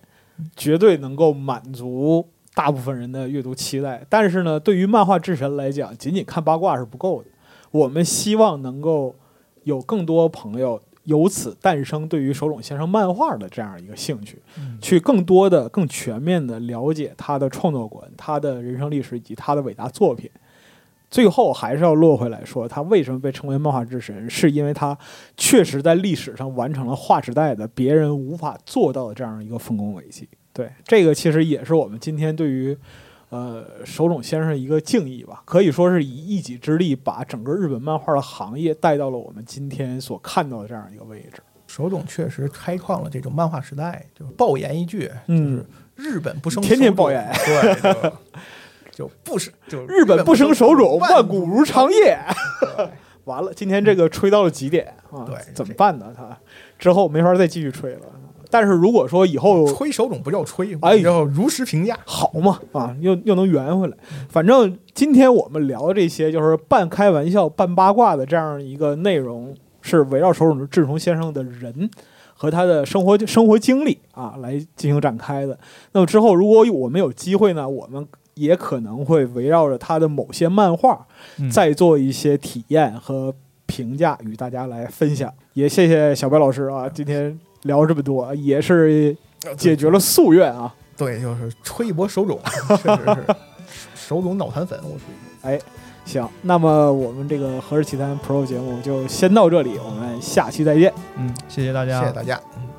绝对能够满足。大部分人的阅读期待，但是呢，对于漫画之神来讲，仅仅看八卦是不够的。我们希望能够有更多朋友由此诞生对于手冢先生漫画的这样一个兴趣。
嗯
去更多的、更全面的了解他的创作观、他的人生历史以及他的伟大作品。最后还是要落回来说，他为什么被称为漫画之神，是因为他确实在历史上完成了划时代的、别人无法做到的这样一个丰功伟绩。对，这个其实也是我们今天对于呃手冢先生一个敬意吧，可以说是以一己之力把整个日本漫画的行业带到了我们今天所看到的这样一个位置。
手冢确实开创了这种漫画时代，就爆言一句，
嗯，
日本不生
天天
手冢
抱怨，
对，就就不是就
日本不生手冢，万古如长 夜。
对
完了，今天这个吹到了极点啊！
对
怎么办呢？他之后没法再继续吹了。但是如果说以后
吹手冢不叫吹，
哎
然后如实评价。
好嘛啊，又又能圆回来，反正今天我们聊的这些就是半开玩笑、半八卦的这样一个内容，是围绕手冢治虫先生的人和他的生活生活经历啊来进行展开的。那么之后，如果我们有机会呢，我们也可能会围绕着他的某些漫画，
嗯
再做一些体验和评价与大家来分享。也谢谢小白老师啊，今天聊这么多，也是解决了夙愿啊。
对，就是吹一波手冢， 确实是手冢脑残粉，我吹。
行，那么我们这个《何氏奇谈 Pro》节目就先到这里，我们下期再见。
嗯，谢谢大
谢
家，
谢大家。嗯